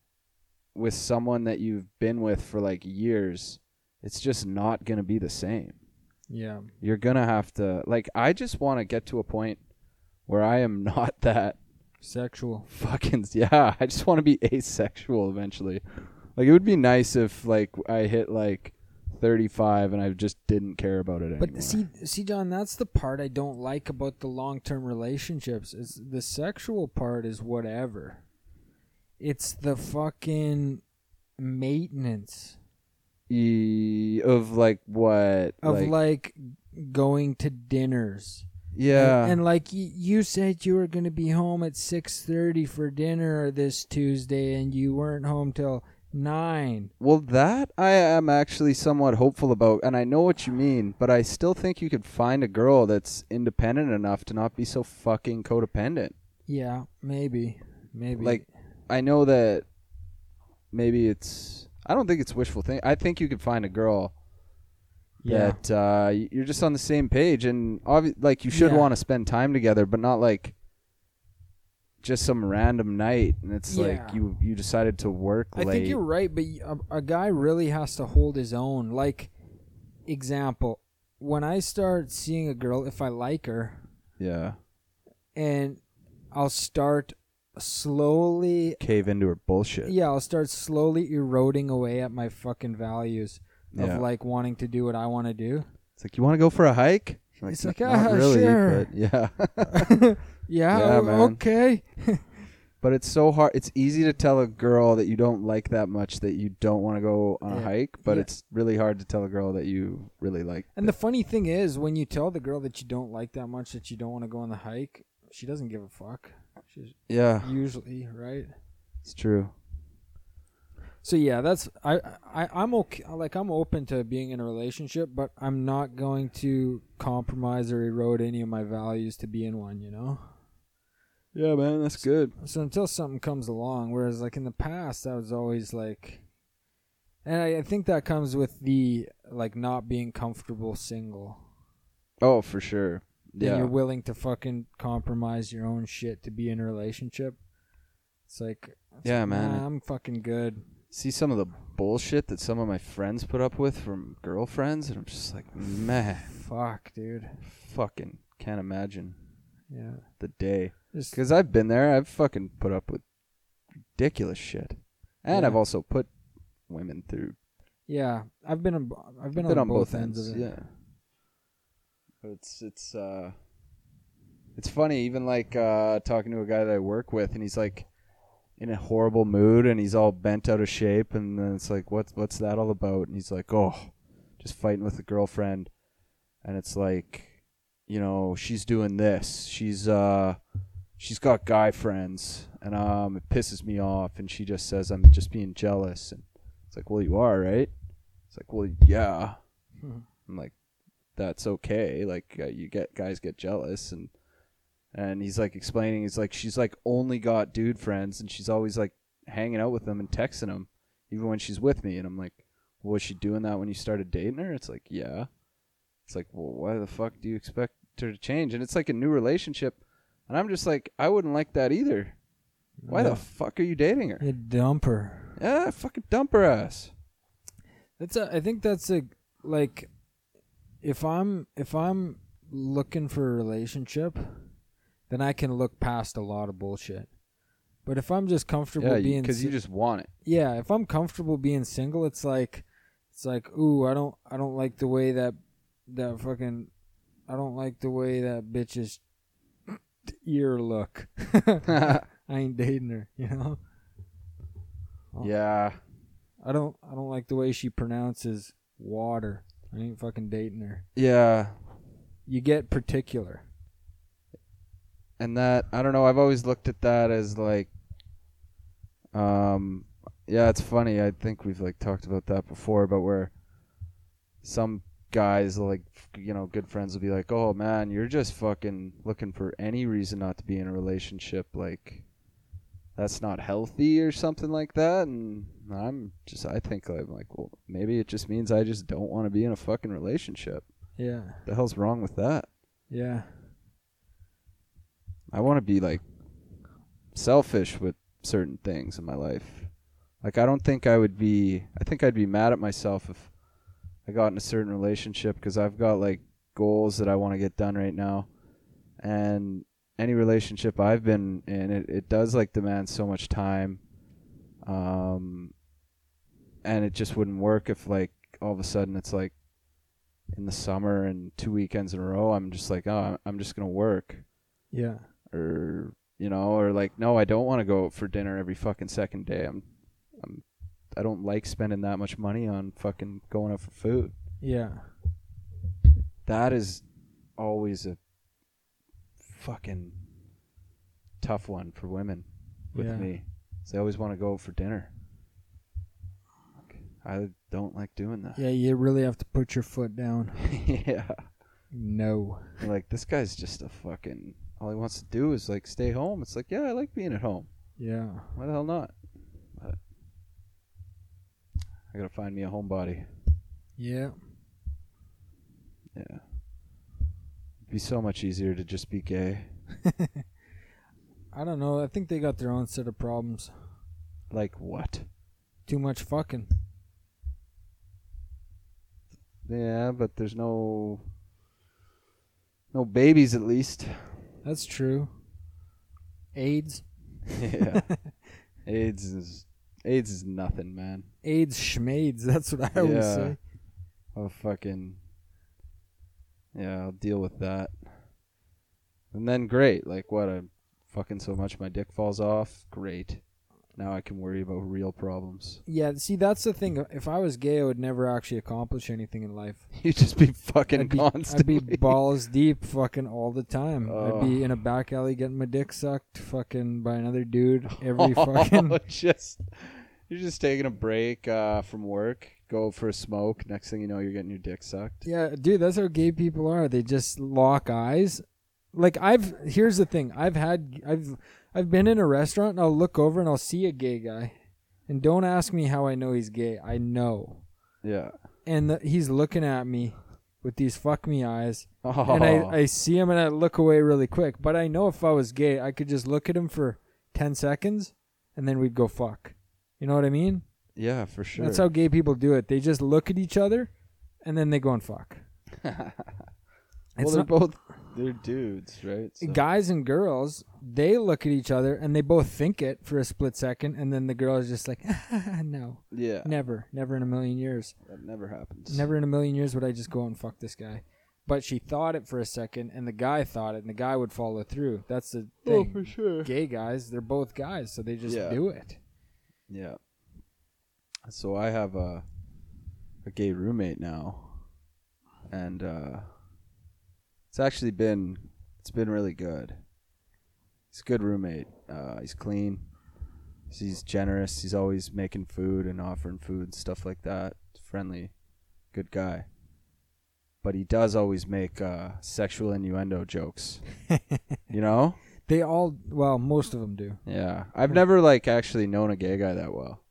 D: with someone that you've been with for like years, it's just not going to be the same.
A: Yeah.
D: You're going to have to like I just want to get to a point where I am not that
A: Sexual.
D: fucking yeah, I just want to be asexual eventually. Like it would be nice if like I hit like 35 and I just didn't care about it anymore.
A: But see, see, John, that's the part I don't like about the long-term relationships. Is the sexual part is whatever. It's the fucking maintenance
D: E- of like what
A: of like, going to dinners.
D: yeah
A: and, and like y- you said, you were going to be home at six thirty for dinner this Tuesday, and you weren't home till nine.
D: Well, that I am actually somewhat hopeful about, and I know what you mean, but I still think you could find a girl that's independent enough to not be so fucking codependent.
A: Yeah, maybe, maybe.
D: Like, I know that maybe it's. I don't think it's wishful thing. I think you could find a girl
A: yeah,
D: that uh, y- you're just on the same page, and obvi- like you should
A: Yeah.
D: want to spend time together, but not like just some random night, and it's
A: Yeah.
D: like you you decided to work
A: I
D: late.
A: think you're right, but y- um, a, a guy really has to hold his own. Like, example, when I start seeing a girl, if I like her,
D: yeah,
A: and I'll start slowly,
D: cave into her bullshit.
A: yeah, I'll start slowly eroding away at my fucking values of
D: Yeah.
A: like wanting to do what I want to do.
D: It's like, you want to go for a hike?
A: It's like,
D: "Not
A: "Ah, sure."
D: but yeah.
A: Yeah,
D: Yeah, man.
A: okay.
D: But it's so hard. It's easy to tell a girl that you don't like that much that you don't want to go on a
A: Yeah.
D: hike, but
A: Yeah.
D: it's really hard to tell a girl that you really like.
A: And the funny thing is, when you tell the girl that you don't like that much, that you don't want to go on the hike, she doesn't give a fuck. She's
D: Yeah,
A: usually right.
D: it's true.
A: So yeah, that's I, I I'm okay. Like I'm open to being in a relationship, but I'm not going to compromise or erode any of my values to be in one. You know.
D: Yeah, man, that's good.
A: So until something comes along, whereas like in the past, I was always like, and I, I think that comes with the like not being comfortable single.
D: Oh, for sure.
A: Then
D: Yeah,
A: you're willing to fucking compromise your own shit to be in a relationship. It's like, it's
D: Yeah,
A: like,
D: man.
A: nah, I'm fucking good.
D: see some of the bullshit that some of my friends put up with from girlfriends, and I'm just like, man,
A: Fuck, dude.
D: fucking can't imagine
A: Yeah.
D: the day.
A: Just
D: Because I've been there. I've fucking put up with ridiculous shit, and
A: Yeah.
D: I've also put women through.
A: yeah. I've been on. bo- I've been,
D: Been
A: on, both, ends, of it.
D: Yeah. But it's it's uh, it's funny. Even like uh, talking to a guy that I work with, and he's like in a horrible mood, and he's all bent out of shape, and then it's like, what's what's that all about? And he's like, oh, just fighting with a girlfriend, and it's like, you know, she's doing this, she's uh. She's got guy friends, and um, it pisses me off. And she just says I'm just being jealous, and it's like, well, you are, right? It's like, well, yeah.
A: Mhm.
D: I'm like, that's okay. Like, uh, you get guys get jealous, and and he's like explaining. He's like, she's like only got dude friends, and she's always like hanging out with them and texting them, even when she's with me. And I'm like, well, was she doing that when you started dating her? It's like, yeah. It's like, well, why the fuck do you expect her to change? And it's like a new relationship, and I'm just like, I wouldn't like that either. Why
A: Yeah.
D: the fuck are you dating her?
A: You dumper.
D: Yeah, fucking dump her ass.
A: That's a, I think that's a like if I'm if I'm looking for a relationship, then I can look past a lot of bullshit. But if I'm just comfortable
D: Yeah,
A: being
D: because you
A: si-
D: just want it.
A: yeah, if I'm comfortable being single, it's like it's like ooh, I don't I don't like the way that that fucking I don't like the way that bitch's ear look. I ain't dating her, you know.
D: Yeah.
A: I don't I don't like the way she pronounces water. I ain't fucking dating her.
D: Yeah.
A: You get particular.
D: And that I don't know, I've always looked at that as like um yeah, it's funny. I think we've like talked about that before about where some guys like you know, good friends will be like, "Oh man, you're just fucking looking for any reason not to be in a relationship like that's not healthy or something like that." And I'm just I think I'm like, "Well, maybe it just means I just don't want to be in a fucking relationship."
A: Yeah.
D: The hell's wrong with that?
A: Yeah.
D: I want to be like selfish with certain things in my life. Like I don't think I would be I think I'd be mad at myself if I got in a certain relationship cuz I've got like goals that I want to get done right now. And any relationship I've been in it it does like demand so much time. Um and it just wouldn't work if like all of a sudden it's like in the summer and two weekends in a row I'm just like, "Oh, I'm just going to work."
A: Yeah.
D: or you know, or like, no, I don't want to go out for dinner every fucking second day. I'm, I'm, I don't like spending that much money on fucking going out for food.
A: Yeah.
D: That is always a fucking tough one for women with
A: Yeah.
D: me. 'Cause They always want to go out for dinner. I don't like doing that.
A: Yeah, you really have to put your foot down.
D: yeah.
A: No.
D: You're Like this guy's just a fucking. All he wants to do is like stay home. It's like, yeah, I like being at home.
A: Yeah.
D: Why the hell not? But I gotta find me a homebody.
A: Yeah.
D: Yeah. It'd be so much easier to just be gay.
A: I don't know. I think they got their own set of problems.
D: Like what?
A: Too much fucking.
D: Yeah, but there's no no babies at least.
A: That's true. AIDS.
D: yeah. AIDS is AIDS is nothing, man.
A: AIDS schmades. That's what I always
D: Yeah.
A: say.
D: I'll fucking yeah, I'll deal with that. And then great, like what a fucking so much my dick falls off. Great. Now I can worry about real problems.
A: Yeah, see, that's the thing. If I was gay, I would never actually accomplish anything in life.
D: You just be fucking
A: I'd be, I'd
D: constantly.
A: be balls deep fucking all the time. I'd
D: Ugh.
A: be in a back alley getting my dick sucked fucking by another dude every fucking.
D: Oh, just you're just taking a break uh, from work, go for a smoke. Next thing you know, you're getting your dick sucked.
A: Yeah, dude, that's how gay people are. They just lock eyes. Like I've here's the thing. I've had I've I've been in a restaurant and I'll look over and I'll see a gay guy. And don't ask me how I know he's gay. I know.
D: Yeah.
A: And the, he's looking at me with these fuck me eyes.
D: Oh,
A: And I, I see him and I look away really quick. But I know if I was gay, I could just look at him for 10 seconds and then we'd go fuck. You know what I mean?
D: yeah, for sure.
A: That's how gay people do it. They just look at each other and then they go and fuck.
D: well,
A: It's
D: they're
A: not-
D: both they're dudes, right? So-
A: Guys and girls, they look at each other and they both think it for a split second. And then the girl is just like, no,
D: yeah,
A: never, never in a million years.
D: that never happens.
A: Never in a million years would I just go and fuck this guy. But she thought it for a second, and the guy thought it, and the guy would follow through. That's the
D: Oh,
A: thing.
D: for sure.
A: Gay guys, they're both guys, so they just
D: Yeah.
A: do it.
D: Yeah. So I have a a gay roommate now, and uh, it's actually been it's been really good. He's a good roommate. Uh, he's clean. He's generous. He's always making food and offering food and stuff like that. Friendly, good guy. But he does always make uh, sexual innuendo jokes. you know?
A: They all, well, most of them do.
D: Yeah. I've never like actually known a gay guy that well.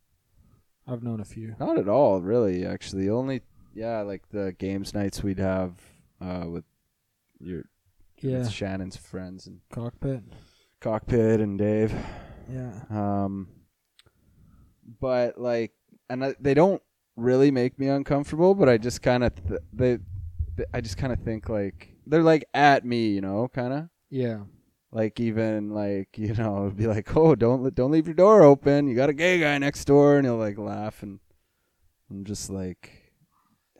A: I've known a few.
D: Not at all, really. Actually, The only yeah, like the games nights we'd have uh, with your
A: Yeah,
D: with Shannon's friends and
A: cockpit.
D: cockpit and Dave.
A: Yeah,
D: Um, but like, and I, they don't really make me uncomfortable. But I just kind of th- they, th- I just kind of think like they're like at me, you know, kind of
A: yeah.
D: like even like you know it'd be like oh don't le- don't leave your door open you got a gay guy next door and he'll like laugh and i'm just like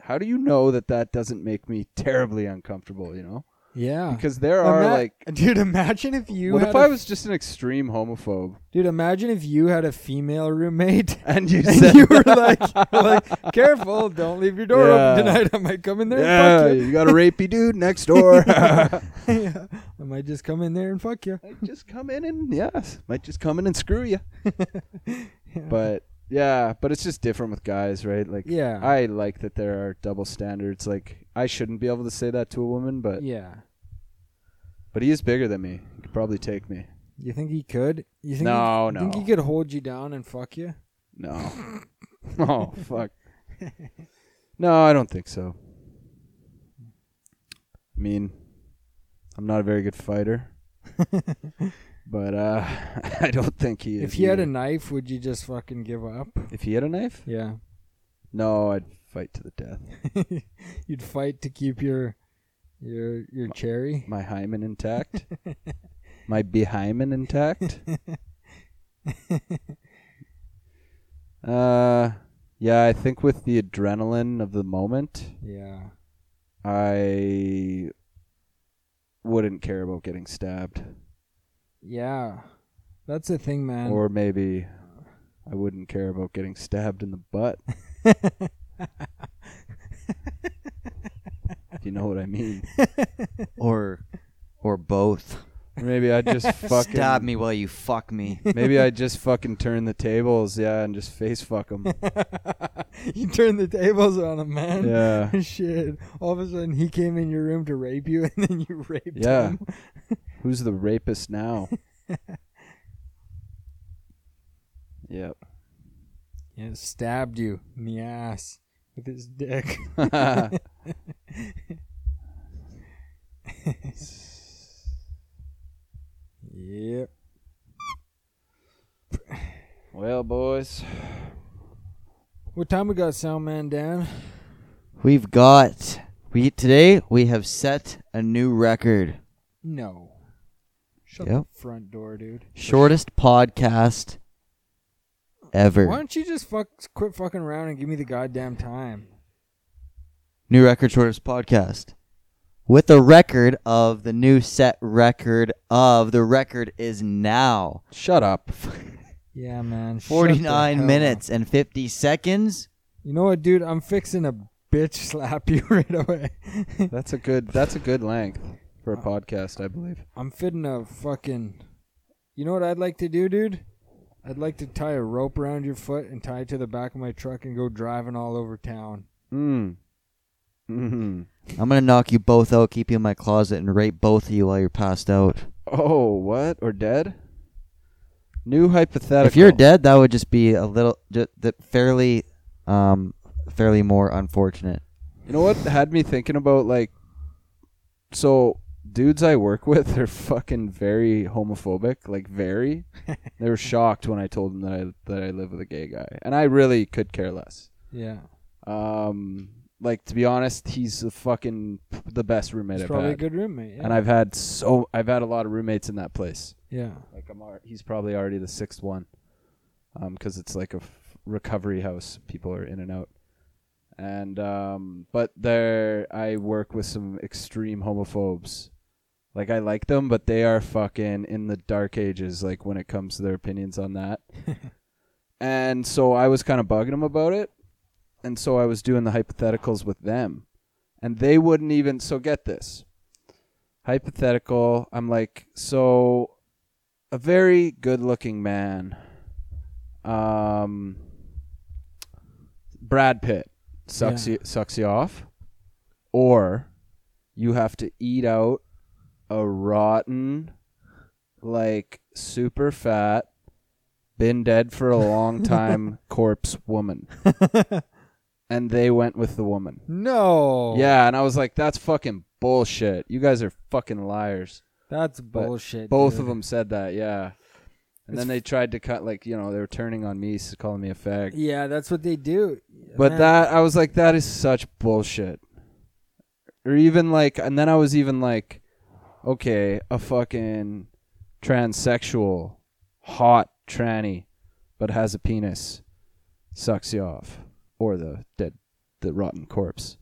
D: how do you know that that doesn't make me terribly uncomfortable you know
A: Yeah.
D: because there are
A: Ima-
D: like
A: dude, imagine if you
D: what
A: had
D: if
A: a-
D: I was just an extreme homophobe
A: dude, imagine if you had a female roommate
D: and you
A: and
D: said
A: you were like, you're like, careful, don't leave your door
D: Yeah.
A: open tonight. I might come in there
D: yeah
A: and
D: you got a rapey dude next door
A: fuck you. Yeah. I might just come in there and fuck you.
D: might just come in and yes might just come in and screw you
A: Yeah.
D: but yeah but it's just different with guys right like
A: yeah,
D: I like that there are double standards. Like I shouldn't be able to say that to a woman, but
A: yeah.
D: but he is bigger than me. He could probably take me.
A: You think he could? You think
D: No,
A: he, you Think
D: no.
A: he could hold you down and fuck you?
D: No. oh fuck. No, I don't think so. I mean, I'm not a very good fighter, but uh, I don't think he is.
A: if he had a
D: either.
A: knife, would you just fucking give up?
D: if he had a knife,
A: Yeah,
D: no, I'd fight to the death.
A: you'd fight to keep your your your cherry.
D: My hymen intact. My behymen intact. uh, yeah, I think with the adrenaline of the moment,
A: yeah,
D: I wouldn't care about getting stabbed,
A: yeah. That's the thing, man.
D: or maybe I wouldn't care about getting stabbed in the butt. if you know what I mean.
B: or or both.
D: Or maybe I'd just fucking
B: Stab me while you fuck me.
D: Maybe I'd just fucking turn the tables, yeah, and just face fuck them.
A: you turned the tables on him, man.
D: Yeah.
A: Shit. All of a sudden, he came in your room to rape you, and then you raped
D: Yeah.
A: him.
D: Who's the rapist now? yep.
A: Yeah. Stabbed you in the ass with his dick. Yep.
D: well, boys.
A: What time we got, sound man Dan?
B: We've got we today we have set a new record.
A: No. Shut
B: Yep.
A: the front door, dude.
B: Shortest podcast ever.
A: Why don't you just fuck quit fucking around and give me the goddamn time?
B: New record shortest podcast. with a record of the new set record of the record is now
D: Shut up.
A: Yeah, man. Shut the
B: 49
A: hell
B: minutes and 50 seconds.
A: up. You know what, dude? I'm fixing a bitch slap you right away.
D: That's a good. That's a good length for a podcast, I believe.
A: I'm fitting a fucking. You know what I'd like to do, dude? I'd like to tie a rope around your foot and tie it to the back of my truck and go driving all over town.
D: Mm. Mm.
B: I'm going to knock you both out, keep you in my closet, and rape both of you while you're passed out.
D: Oh, what or dead? New hypothetical.
B: If you're dead, that would just be a little ju- th- fairly um fairly more unfortunate.
D: You know what had me thinking about like so dudes I work with are fucking very homophobic, like very. they were shocked when I told them that I that I live with a gay guy. And I really could care less.
A: Yeah.
D: Um like to be honest, he's the fucking the best roommate
A: It's
D: I've
A: probably a
D: had.
A: good roommate. Yeah.
D: And I've had so I've had a lot of roommates in that place.
A: yeah.
D: Like I'm al- he's probably already the sixth one, Um, 'cause because it's like a f- recovery house. People are in and out, and um, but there I work with some extreme homophobes. Like I like them, but they are fucking in the dark ages. Like when it comes to their opinions on that, and so I was kind of bugging them about it, and so I was doing the hypotheticals with them, and they wouldn't even. So get this. Hypothetical. I'm like, so a very good looking man. Um, Brad Pitt sucks
A: Yeah.
D: you sucks you off, or you have to eat out a rotten, like super fat, been dead for a long time corpse woman. and they went with the woman.
A: No.
D: Yeah, and I was like, that's fucking bullshit. You guys are fucking liars.
A: That's bullshit.
D: Both
A: dude.
D: of them said that, yeah. And
A: It's
D: then they tried to cut, like, you know, they were turning on me, s- calling me a fag.
A: Yeah, that's what they do.
D: But
A: Man,
D: that, I was like, that is such bullshit. Or even like, and then I was even like, okay, a fucking transsexual, hot tranny, but has a penis, sucks you off. Or the dead, the rotten corpse.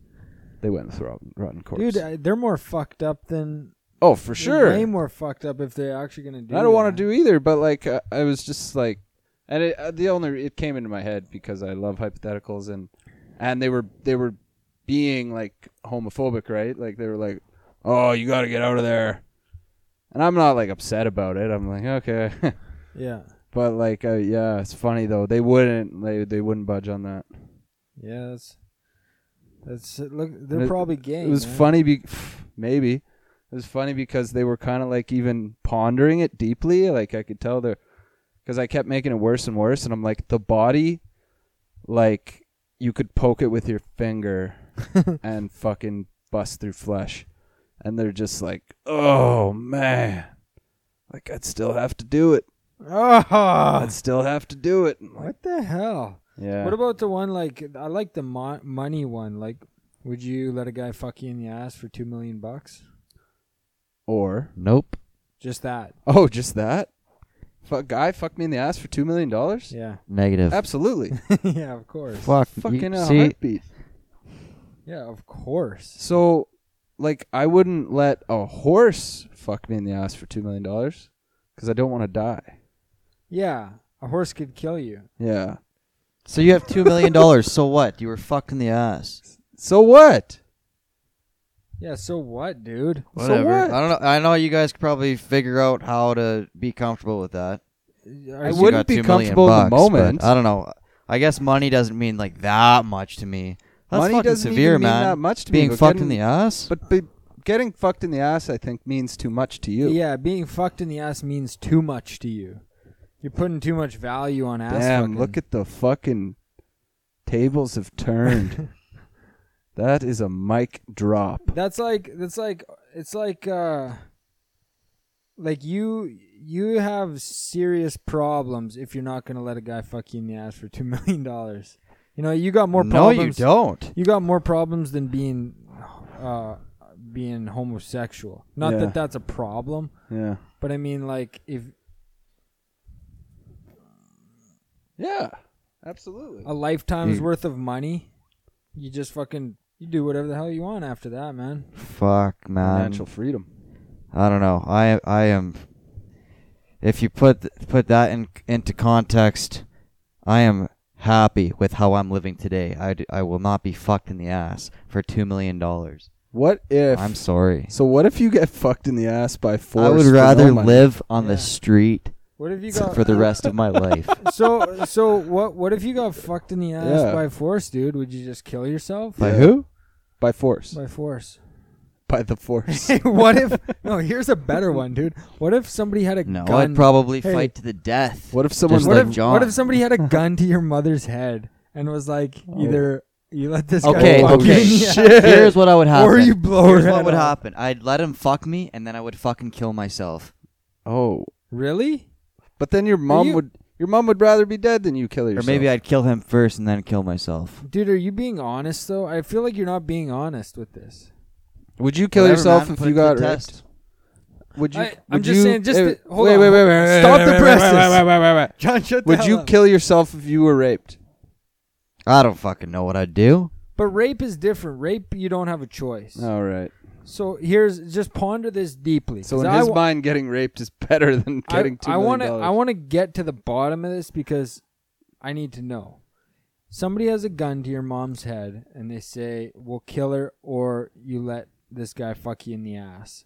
D: They went with rotten, rotten corpse.
A: Dude, I, they're more fucked up than.
D: oh, for sure.
A: Way more fucked up if they're actually going to do
D: I don't want
A: that.
D: to do either, but like uh, I was just like, and it, uh, the only it came into my head because I love hypotheticals and and they were they were being like homophobic, right? Like they were like, oh, you got to get out of there, and I'm not like upset about it. I'm like, okay,
A: Yeah.
D: but like uh, yeah, it's funny though. They wouldn't they they wouldn't budge on that.
A: Yeah, that's. That's look. They're
D: And it-
A: probably gay.
D: it was
A: man.
D: funny, be- maybe. It was funny because they were kind of like even pondering it deeply. Like I could tell they're, because I kept making it worse and worse, and I'm like the body, like you could poke it with your finger, and fucking bust through flesh, and they're just like, oh man, like I'd still have to do it.
A: Ah,
D: I'd still have to do it. And, Like,
A: what the hell?
D: yeah.
A: What about the one like I like the mo- money one? Like, would you let a guy fuck you in the ass for two million bucks?
D: or
B: Nope.
A: Just that?
D: oh, just that. Fuck guy, fuck me in the ass for two million dollars.
A: Yeah,
B: Negative.
D: Absolutely.
A: yeah, of course.
B: Fuck. you-
D: fucking a
B: see,
D: heartbeat.
A: Yeah, of course.
D: So, like, I wouldn't let a horse fuck me in the ass for two million dollars because I don't want to die.
A: Yeah, a horse could kill you.
D: Yeah.
B: so you have two million dollars. so what? You were fucked in the ass.
D: So what?
A: Yeah, so what, dude?
D: So what?
A: Uh,
B: I don't know. I know you guys could probably figure out how to be comfortable with that.
A: Are
D: I
B: You
A: you-
B: got
D: wouldn't be
B: two million
D: comfortable in
B: bucks,
D: the
B: but
D: moment.
B: I don't know. I guess money doesn't mean like that much to me. That's
D: Money
B: fucking
D: doesn't
B: severe,
D: even
B: man.
D: mean that much to me,
B: Being
D: but
B: fucked in
D: getting-
B: the ass.
D: But be- getting fucked in the ass, I think, means too much to you.
A: yeah, being fucked in the ass means too much to you. You're putting too much value on ass
D: Damn!
A: fucking.
D: Look at the fucking tables have turned. that is a mic drop.
A: That's like that's like it's like uh like you you have serious problems if you're not gonna let a guy fuck you in the ass for two million dollars. You know, you got more
B: no,
A: problems
B: you don't.
A: you got more problems than being uh being homosexual. Not
D: Yeah.
A: that that's a problem,
D: Yeah.
A: but I mean like if
D: Yeah. Absolutely.
A: a lifetime's
B: Dude.
A: Um, worth of money you just fucking You do whatever the hell you want after that, man.
B: Fuck, man.
D: Financial freedom.
B: I don't know. I I am. If you put th- put that in into context, I am happy with how I'm living today. I, d- I will not be fucked in the ass for two million dollars.
D: What if?
B: I'm sorry.
D: so what if you get fucked in the ass by force?
B: I would
D: for no
B: rather
D: money?
B: live on
A: Yeah.
B: the street
A: What if you
B: s-
A: got
B: for the rest of my life.
A: so so what what if you got fucked in the ass
D: Yeah.
A: by force, dude? Would you just kill yourself?
B: By
D: Yeah.
B: who?
D: By force.
A: By force.
D: By the force.
A: what if no, here's a better one, dude. What if somebody had a
B: No,
A: gun?
B: I'd probably
A: Hey.
B: fight to the death.
D: what if someone?
B: Just
A: what
B: like
A: if
B: John.
A: what if somebody had a gun to your mother's head and was like
D: Oh.
A: either you let this
B: Okay,
A: guy fuck you
B: okay.
A: in the ass,
D: Shit.
B: Here's what I would happen.
A: or you blow
B: Here's
A: her
B: what
A: head
B: would
A: off.
B: happen. I'd let him fuck me, and then I would fucking kill myself.
D: oh,
A: Really?
D: but then your mom
A: you-
D: would. Your mom would rather be dead than you kill yourself.
B: Or maybe I'd kill him first and then kill myself.
A: Dude, are you being honest though? I feel like you're not being honest with this.
D: Would you kill
B: Whatever,
D: yourself
B: man,
D: if
B: put
D: you
B: it to
D: got
B: the
D: raped?
B: test.
D: Would you?
A: I,
D: would
A: I'm just
D: you-
A: saying, just
D: eh,
A: the- hold
D: wait,
A: on.
D: wait, wait, wait, wait,
A: Stop
D: wait,
A: the
D: wait,
A: presses.
D: Wait, wait, wait, wait, wait.
A: John, shut the
D: Would
A: hell
D: you
A: up.
D: kill yourself if you were raped?
B: I don't fucking know what I'd do.
A: But rape is different. Rape, you don't have a choice.
D: All right.
A: So here's just ponder this deeply.
D: So
A: 'cause
D: in
A: I
D: his
A: wa-
D: mind, getting raped is better than
A: I-
D: getting two
A: I
D: million
A: want to.
D: dollars.
A: I want to get to the bottom of this because I need to know. Somebody has a gun to your mom's head, and they say, "We'll kill her," or "You let this guy fuck you in the ass."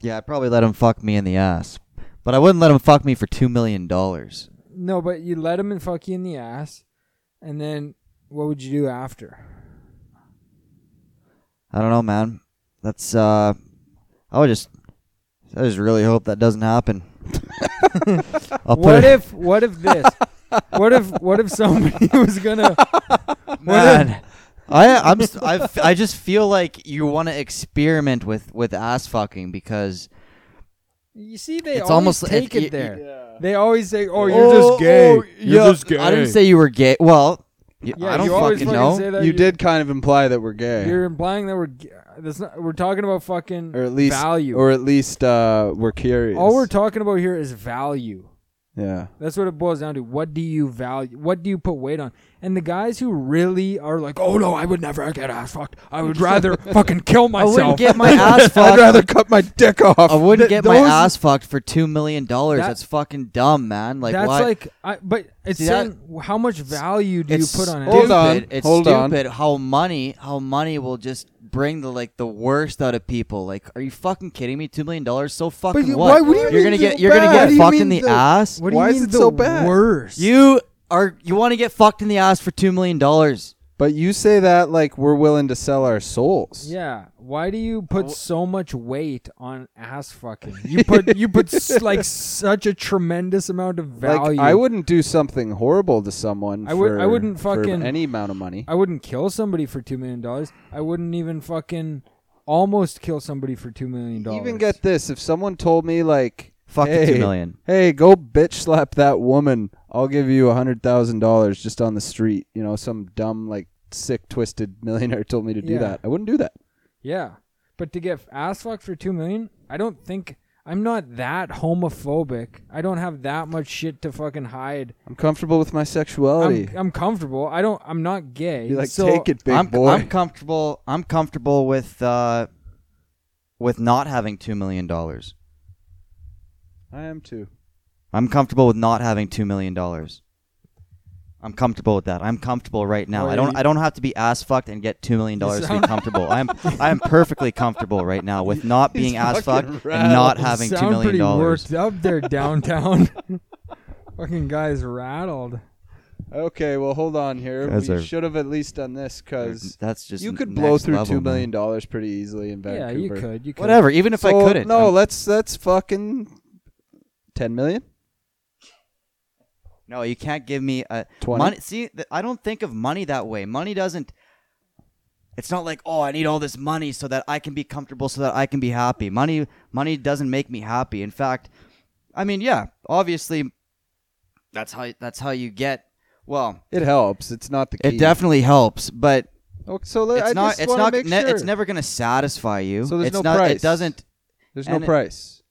B: Yeah, I'd probably let him fuck me in the ass. But I wouldn't let him fuck me for two million dollars.
A: No, but you let him and fuck you in the ass, and then what would you do after?
B: I don't know, man. That's uh I would just I just really hope that doesn't happen. I'll put
A: what
B: it,
A: if? What if this? what if? What if somebody was gonna?
B: man. I I'm st- I f- I just feel like you want to experiment with with ass fucking because
A: You see, they
B: It's
A: always
B: almost- it-
A: take it,
B: it-
A: there.
D: Yeah.
A: They always say, "Oh,
B: Oh,
A: you're just gay.
B: oh,
A: you're
B: yeah,
A: just gay."
B: I didn't say you were gay. Well, y-
A: Yeah,
B: I don't
A: you always
B: fucking
A: fucking
B: know.
A: say that.
D: You
A: You're-
D: did kind of imply that we're gay,
A: You're implying that we're g- that's not, we're talking about fucking
D: or at least,
A: value.
D: or at least uh, we're curious.
A: All we're talking about here is value.
D: yeah.
A: That's what it boils down to. What do you value? What do you put weight on? And the guys who really are like, "Oh no, I would never get ass fucked. I would rather fucking kill
B: I
A: myself."
B: wouldn't get my ass fucked.
D: I'd rather cut my dick off.
B: I wouldn't
D: Th-
B: get my
D: those-
B: ass fucked for two million dollars.
A: That-
B: That's fucking dumb, man. Like
A: that's
B: why?
A: like, I, but it's
B: See, that-
A: saying how much value do you
B: it's
A: put on it?
B: stupid.
D: Hold on,
B: It's
D: hold on.
B: stupid how money, how money will just bring the like the worst out of people. Like, are you fucking kidding me? Two million dollars, so fucking
A: you-
B: what?
A: why would you
B: are
A: mean
B: gonna
A: so
B: get, you're
A: bad? What
B: gonna
A: do
B: get
A: you
B: fucked
D: mean
B: in the
D: the-
B: ass.
A: What do
D: Why
A: you
D: is
A: mean
D: it
A: the
D: so bad?
A: worst?
B: You are you want to get fucked in the ass for two million dollars?
D: But you say that like we're willing to sell our souls.
A: Yeah. Why do you put so much weight on ass fucking? You put you put s- like such a tremendous amount of
D: Like
A: value.
D: I wouldn't do something horrible to someone.
A: I would-
D: for-
A: I wouldn't
D: for
A: fucking-
D: any amount of money.
A: I wouldn't kill somebody for two million dollars. I wouldn't even fucking almost kill somebody for two million dollars.
D: Even get this: if someone told me like,
B: Fuck
D: hey,
B: the two million.
D: hey, go bitch slap that woman. I'll give you a hundred thousand dollars just on the street. You know, some dumb like sick twisted millionaire told me to do
A: Yeah.
D: that. I wouldn't do that.
A: yeah, but to get ass fucked for two million, I don't think I'm not that homophobic. I don't have that much shit to fucking hide.
D: I'm comfortable with my sexuality.
A: I'm, I'm comfortable. I don't. I'm not gay.
D: Be like,
A: so
D: take it, big
B: I'm,
D: boy.
B: I'm comfortable. I'm comfortable with uh, with not having two million dollars.
D: I am too.
B: I'm comfortable with not having two million dollars. I'm comfortable with that. I'm comfortable right
A: Oh,
B: now. I
A: yeah,
B: don't.
A: you-
B: I don't have to be ass fucked and get two million dollars to be
A: sound-
B: comfortable. I'm. I am perfectly comfortable right now with not being ass fucked
D: fucking
B: and not
D: rattled.
B: having
A: sound
B: two million
A: pretty
B: dollars.
A: worked up there downtown. fucking guys rattled.
D: Okay, well, hold on here.
B: Guys
D: we
B: are-
D: should have at least done this because
B: That's just
D: you could
B: next
D: blow through
B: level,
D: two
B: man.
D: million dollars pretty easily in Vancouver.
A: Yeah, you could. You could.
B: Whatever. Even if I
D: So,
B: couldn't.
D: No,
B: I'm-
D: let's let's fucking ten million.
B: no, you can't give me a
D: 20?
B: money. See, th- I don't think of money that way. Money doesn't. It's not like oh, I need all this money so that I can be comfortable, so that I can be happy. Money, money doesn't make me happy. In fact, I mean, yeah, obviously, that's how that's how you get. Well,
D: It helps. It's not the
B: it
D: key.
B: definitely helps, but
D: Okay, so let,
B: it's
D: I
B: not.
D: just
B: it's
D: wanna
B: not.
D: Make
B: ne-
D: sure.
B: It's never going to satisfy you.
D: So there's
B: it's
D: no
B: not, It
D: price.
B: doesn't.
D: There's no
B: and it-
D: price.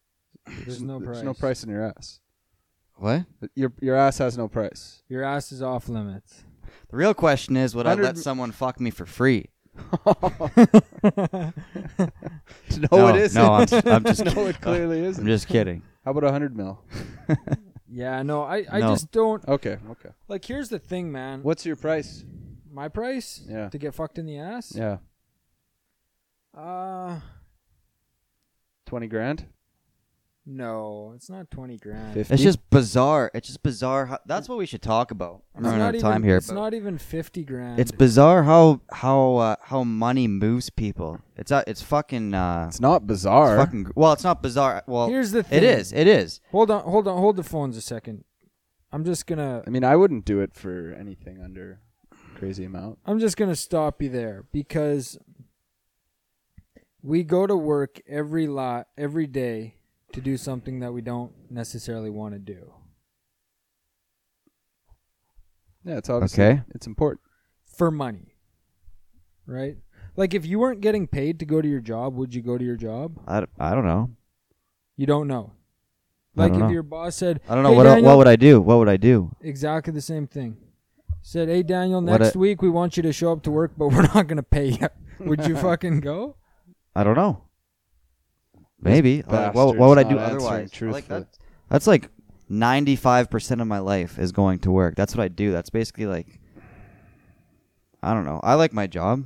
A: There's no price.
D: There's no price in your ass.
B: What?
D: Your your ass has no price.
A: Your ass is off limits.
B: The real question is, would I
D: 100
B: let someone fuck me for free?
D: no,
B: No,
D: it isn't.
B: no, I'm just- I'm just
D: no, it clearly
B: I'm
D: isn't.
B: just kidding.
D: How about a hundred mil?
A: yeah, no, I, I
B: No.
A: just don't
D: Okay, okay.
A: like. Here's the thing, man.
D: What's your price?
A: my price?
D: Yeah.
A: To get fucked in the ass?
D: Yeah,
A: Uh,
D: twenty grand.
A: no, it's not twenty grand.
D: Fifty.
B: It's just bizarre. It's just bizarre. How, that's what we should talk about. I'm
A: It's
B: running
A: not
B: out of
A: even,
B: time here.
A: It's
B: but
A: not even fifty grand.
B: it's bizarre how how uh, how money moves people. It's uh, it's fucking uh,
D: It's not bizarre.
B: It's fucking, well, it's not bizarre. Well,
A: Here's the
B: It
A: thing.
B: is. It is.
A: hold on, hold on, hold the phones a second. I'm just gonna
D: I mean, I wouldn't do it for anything under crazy amount.
A: I'm just going to stop you there because we go to work every lot every day to do something that we don't necessarily want to do.
D: Yeah, it's obviously
B: Okay.
D: It's important.
A: for money. Right? Like if you weren't getting paid to go to your job, would you go to your job?
B: I, d- I don't know.
A: You don't know.
B: I
A: Like
B: don't
A: if
B: know.
A: your boss said,
B: I don't know
A: "Hey,
B: what I-
A: Daniel,"
B: what would I do? What would I do?
A: exactly the same thing. Said, "Hey Daniel,
B: What e-,
A: next
B: I-
A: week we want you to show up to work, but we're not going to pay you." would you fucking go?
B: I don't know. Maybe. Like, what, what would I
D: bastards
B: do
D: not answering
B: otherwise? Like
D: truthfully.
B: that, that's like ninety five percent of my life is going to work. That's what I do. That's basically like. I don't know. I like my job.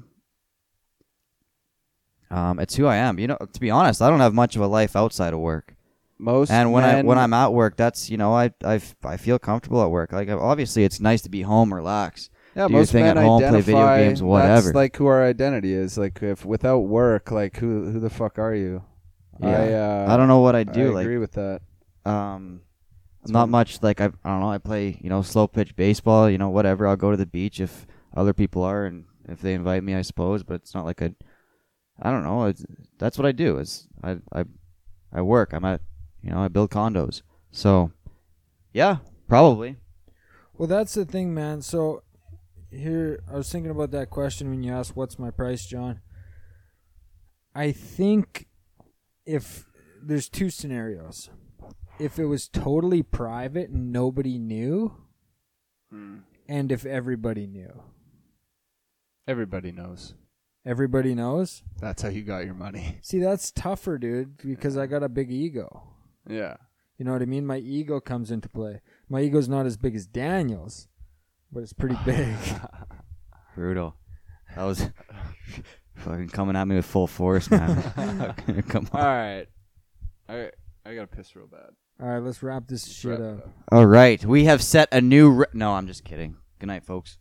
B: Um, it's who I am. You know, to be honest, I don't have much of a life outside of work.
D: Most
B: and when I
D: men-
B: when I'm at work, that's you know I I f- I feel comfortable at work. Like obviously, it's nice to be home, relax.
D: yeah,
B: do your
D: most
B: thing
D: men
B: at home, play
D: identify,
B: video games, whatever.
D: That's like who our identity is. Like if without work, like who who the fuck are you? I,
B: Yeah.
D: uh,
B: I don't know what I do. like
D: agree with that.
B: um,
D: That's
B: not
D: one-
B: much. Like I, I don't know. I play you know slow pitch baseball. You know whatever. I'll go to the beach if other people are and if they invite me, I suppose. But it's not like I, I don't know. It's, that's what I do. Is I I I work. I'm at you know I build condos. So yeah, probably.
A: Well, that's the thing, man. So here, I was thinking about that question when you asked, "What's my price, John?" I think if there's two scenarios, if it was totally private and nobody knew, and if everybody knew,
D: Everybody knows.
A: everybody knows.
D: That's how you got your money.
A: See, that's tougher, dude, because I got a big ego.
D: Yeah.
A: You know what I mean? My ego comes into play. My ego's not as big as Daniel's, but it's pretty big.
B: Brutal. That was fucking coming at me with full force, man. Come on.
D: right. All right. I gotta piss real bad.
A: All right, let's wrap this shit up.
B: All right, we have set a new. Re- no, I'm just kidding. Good night, folks.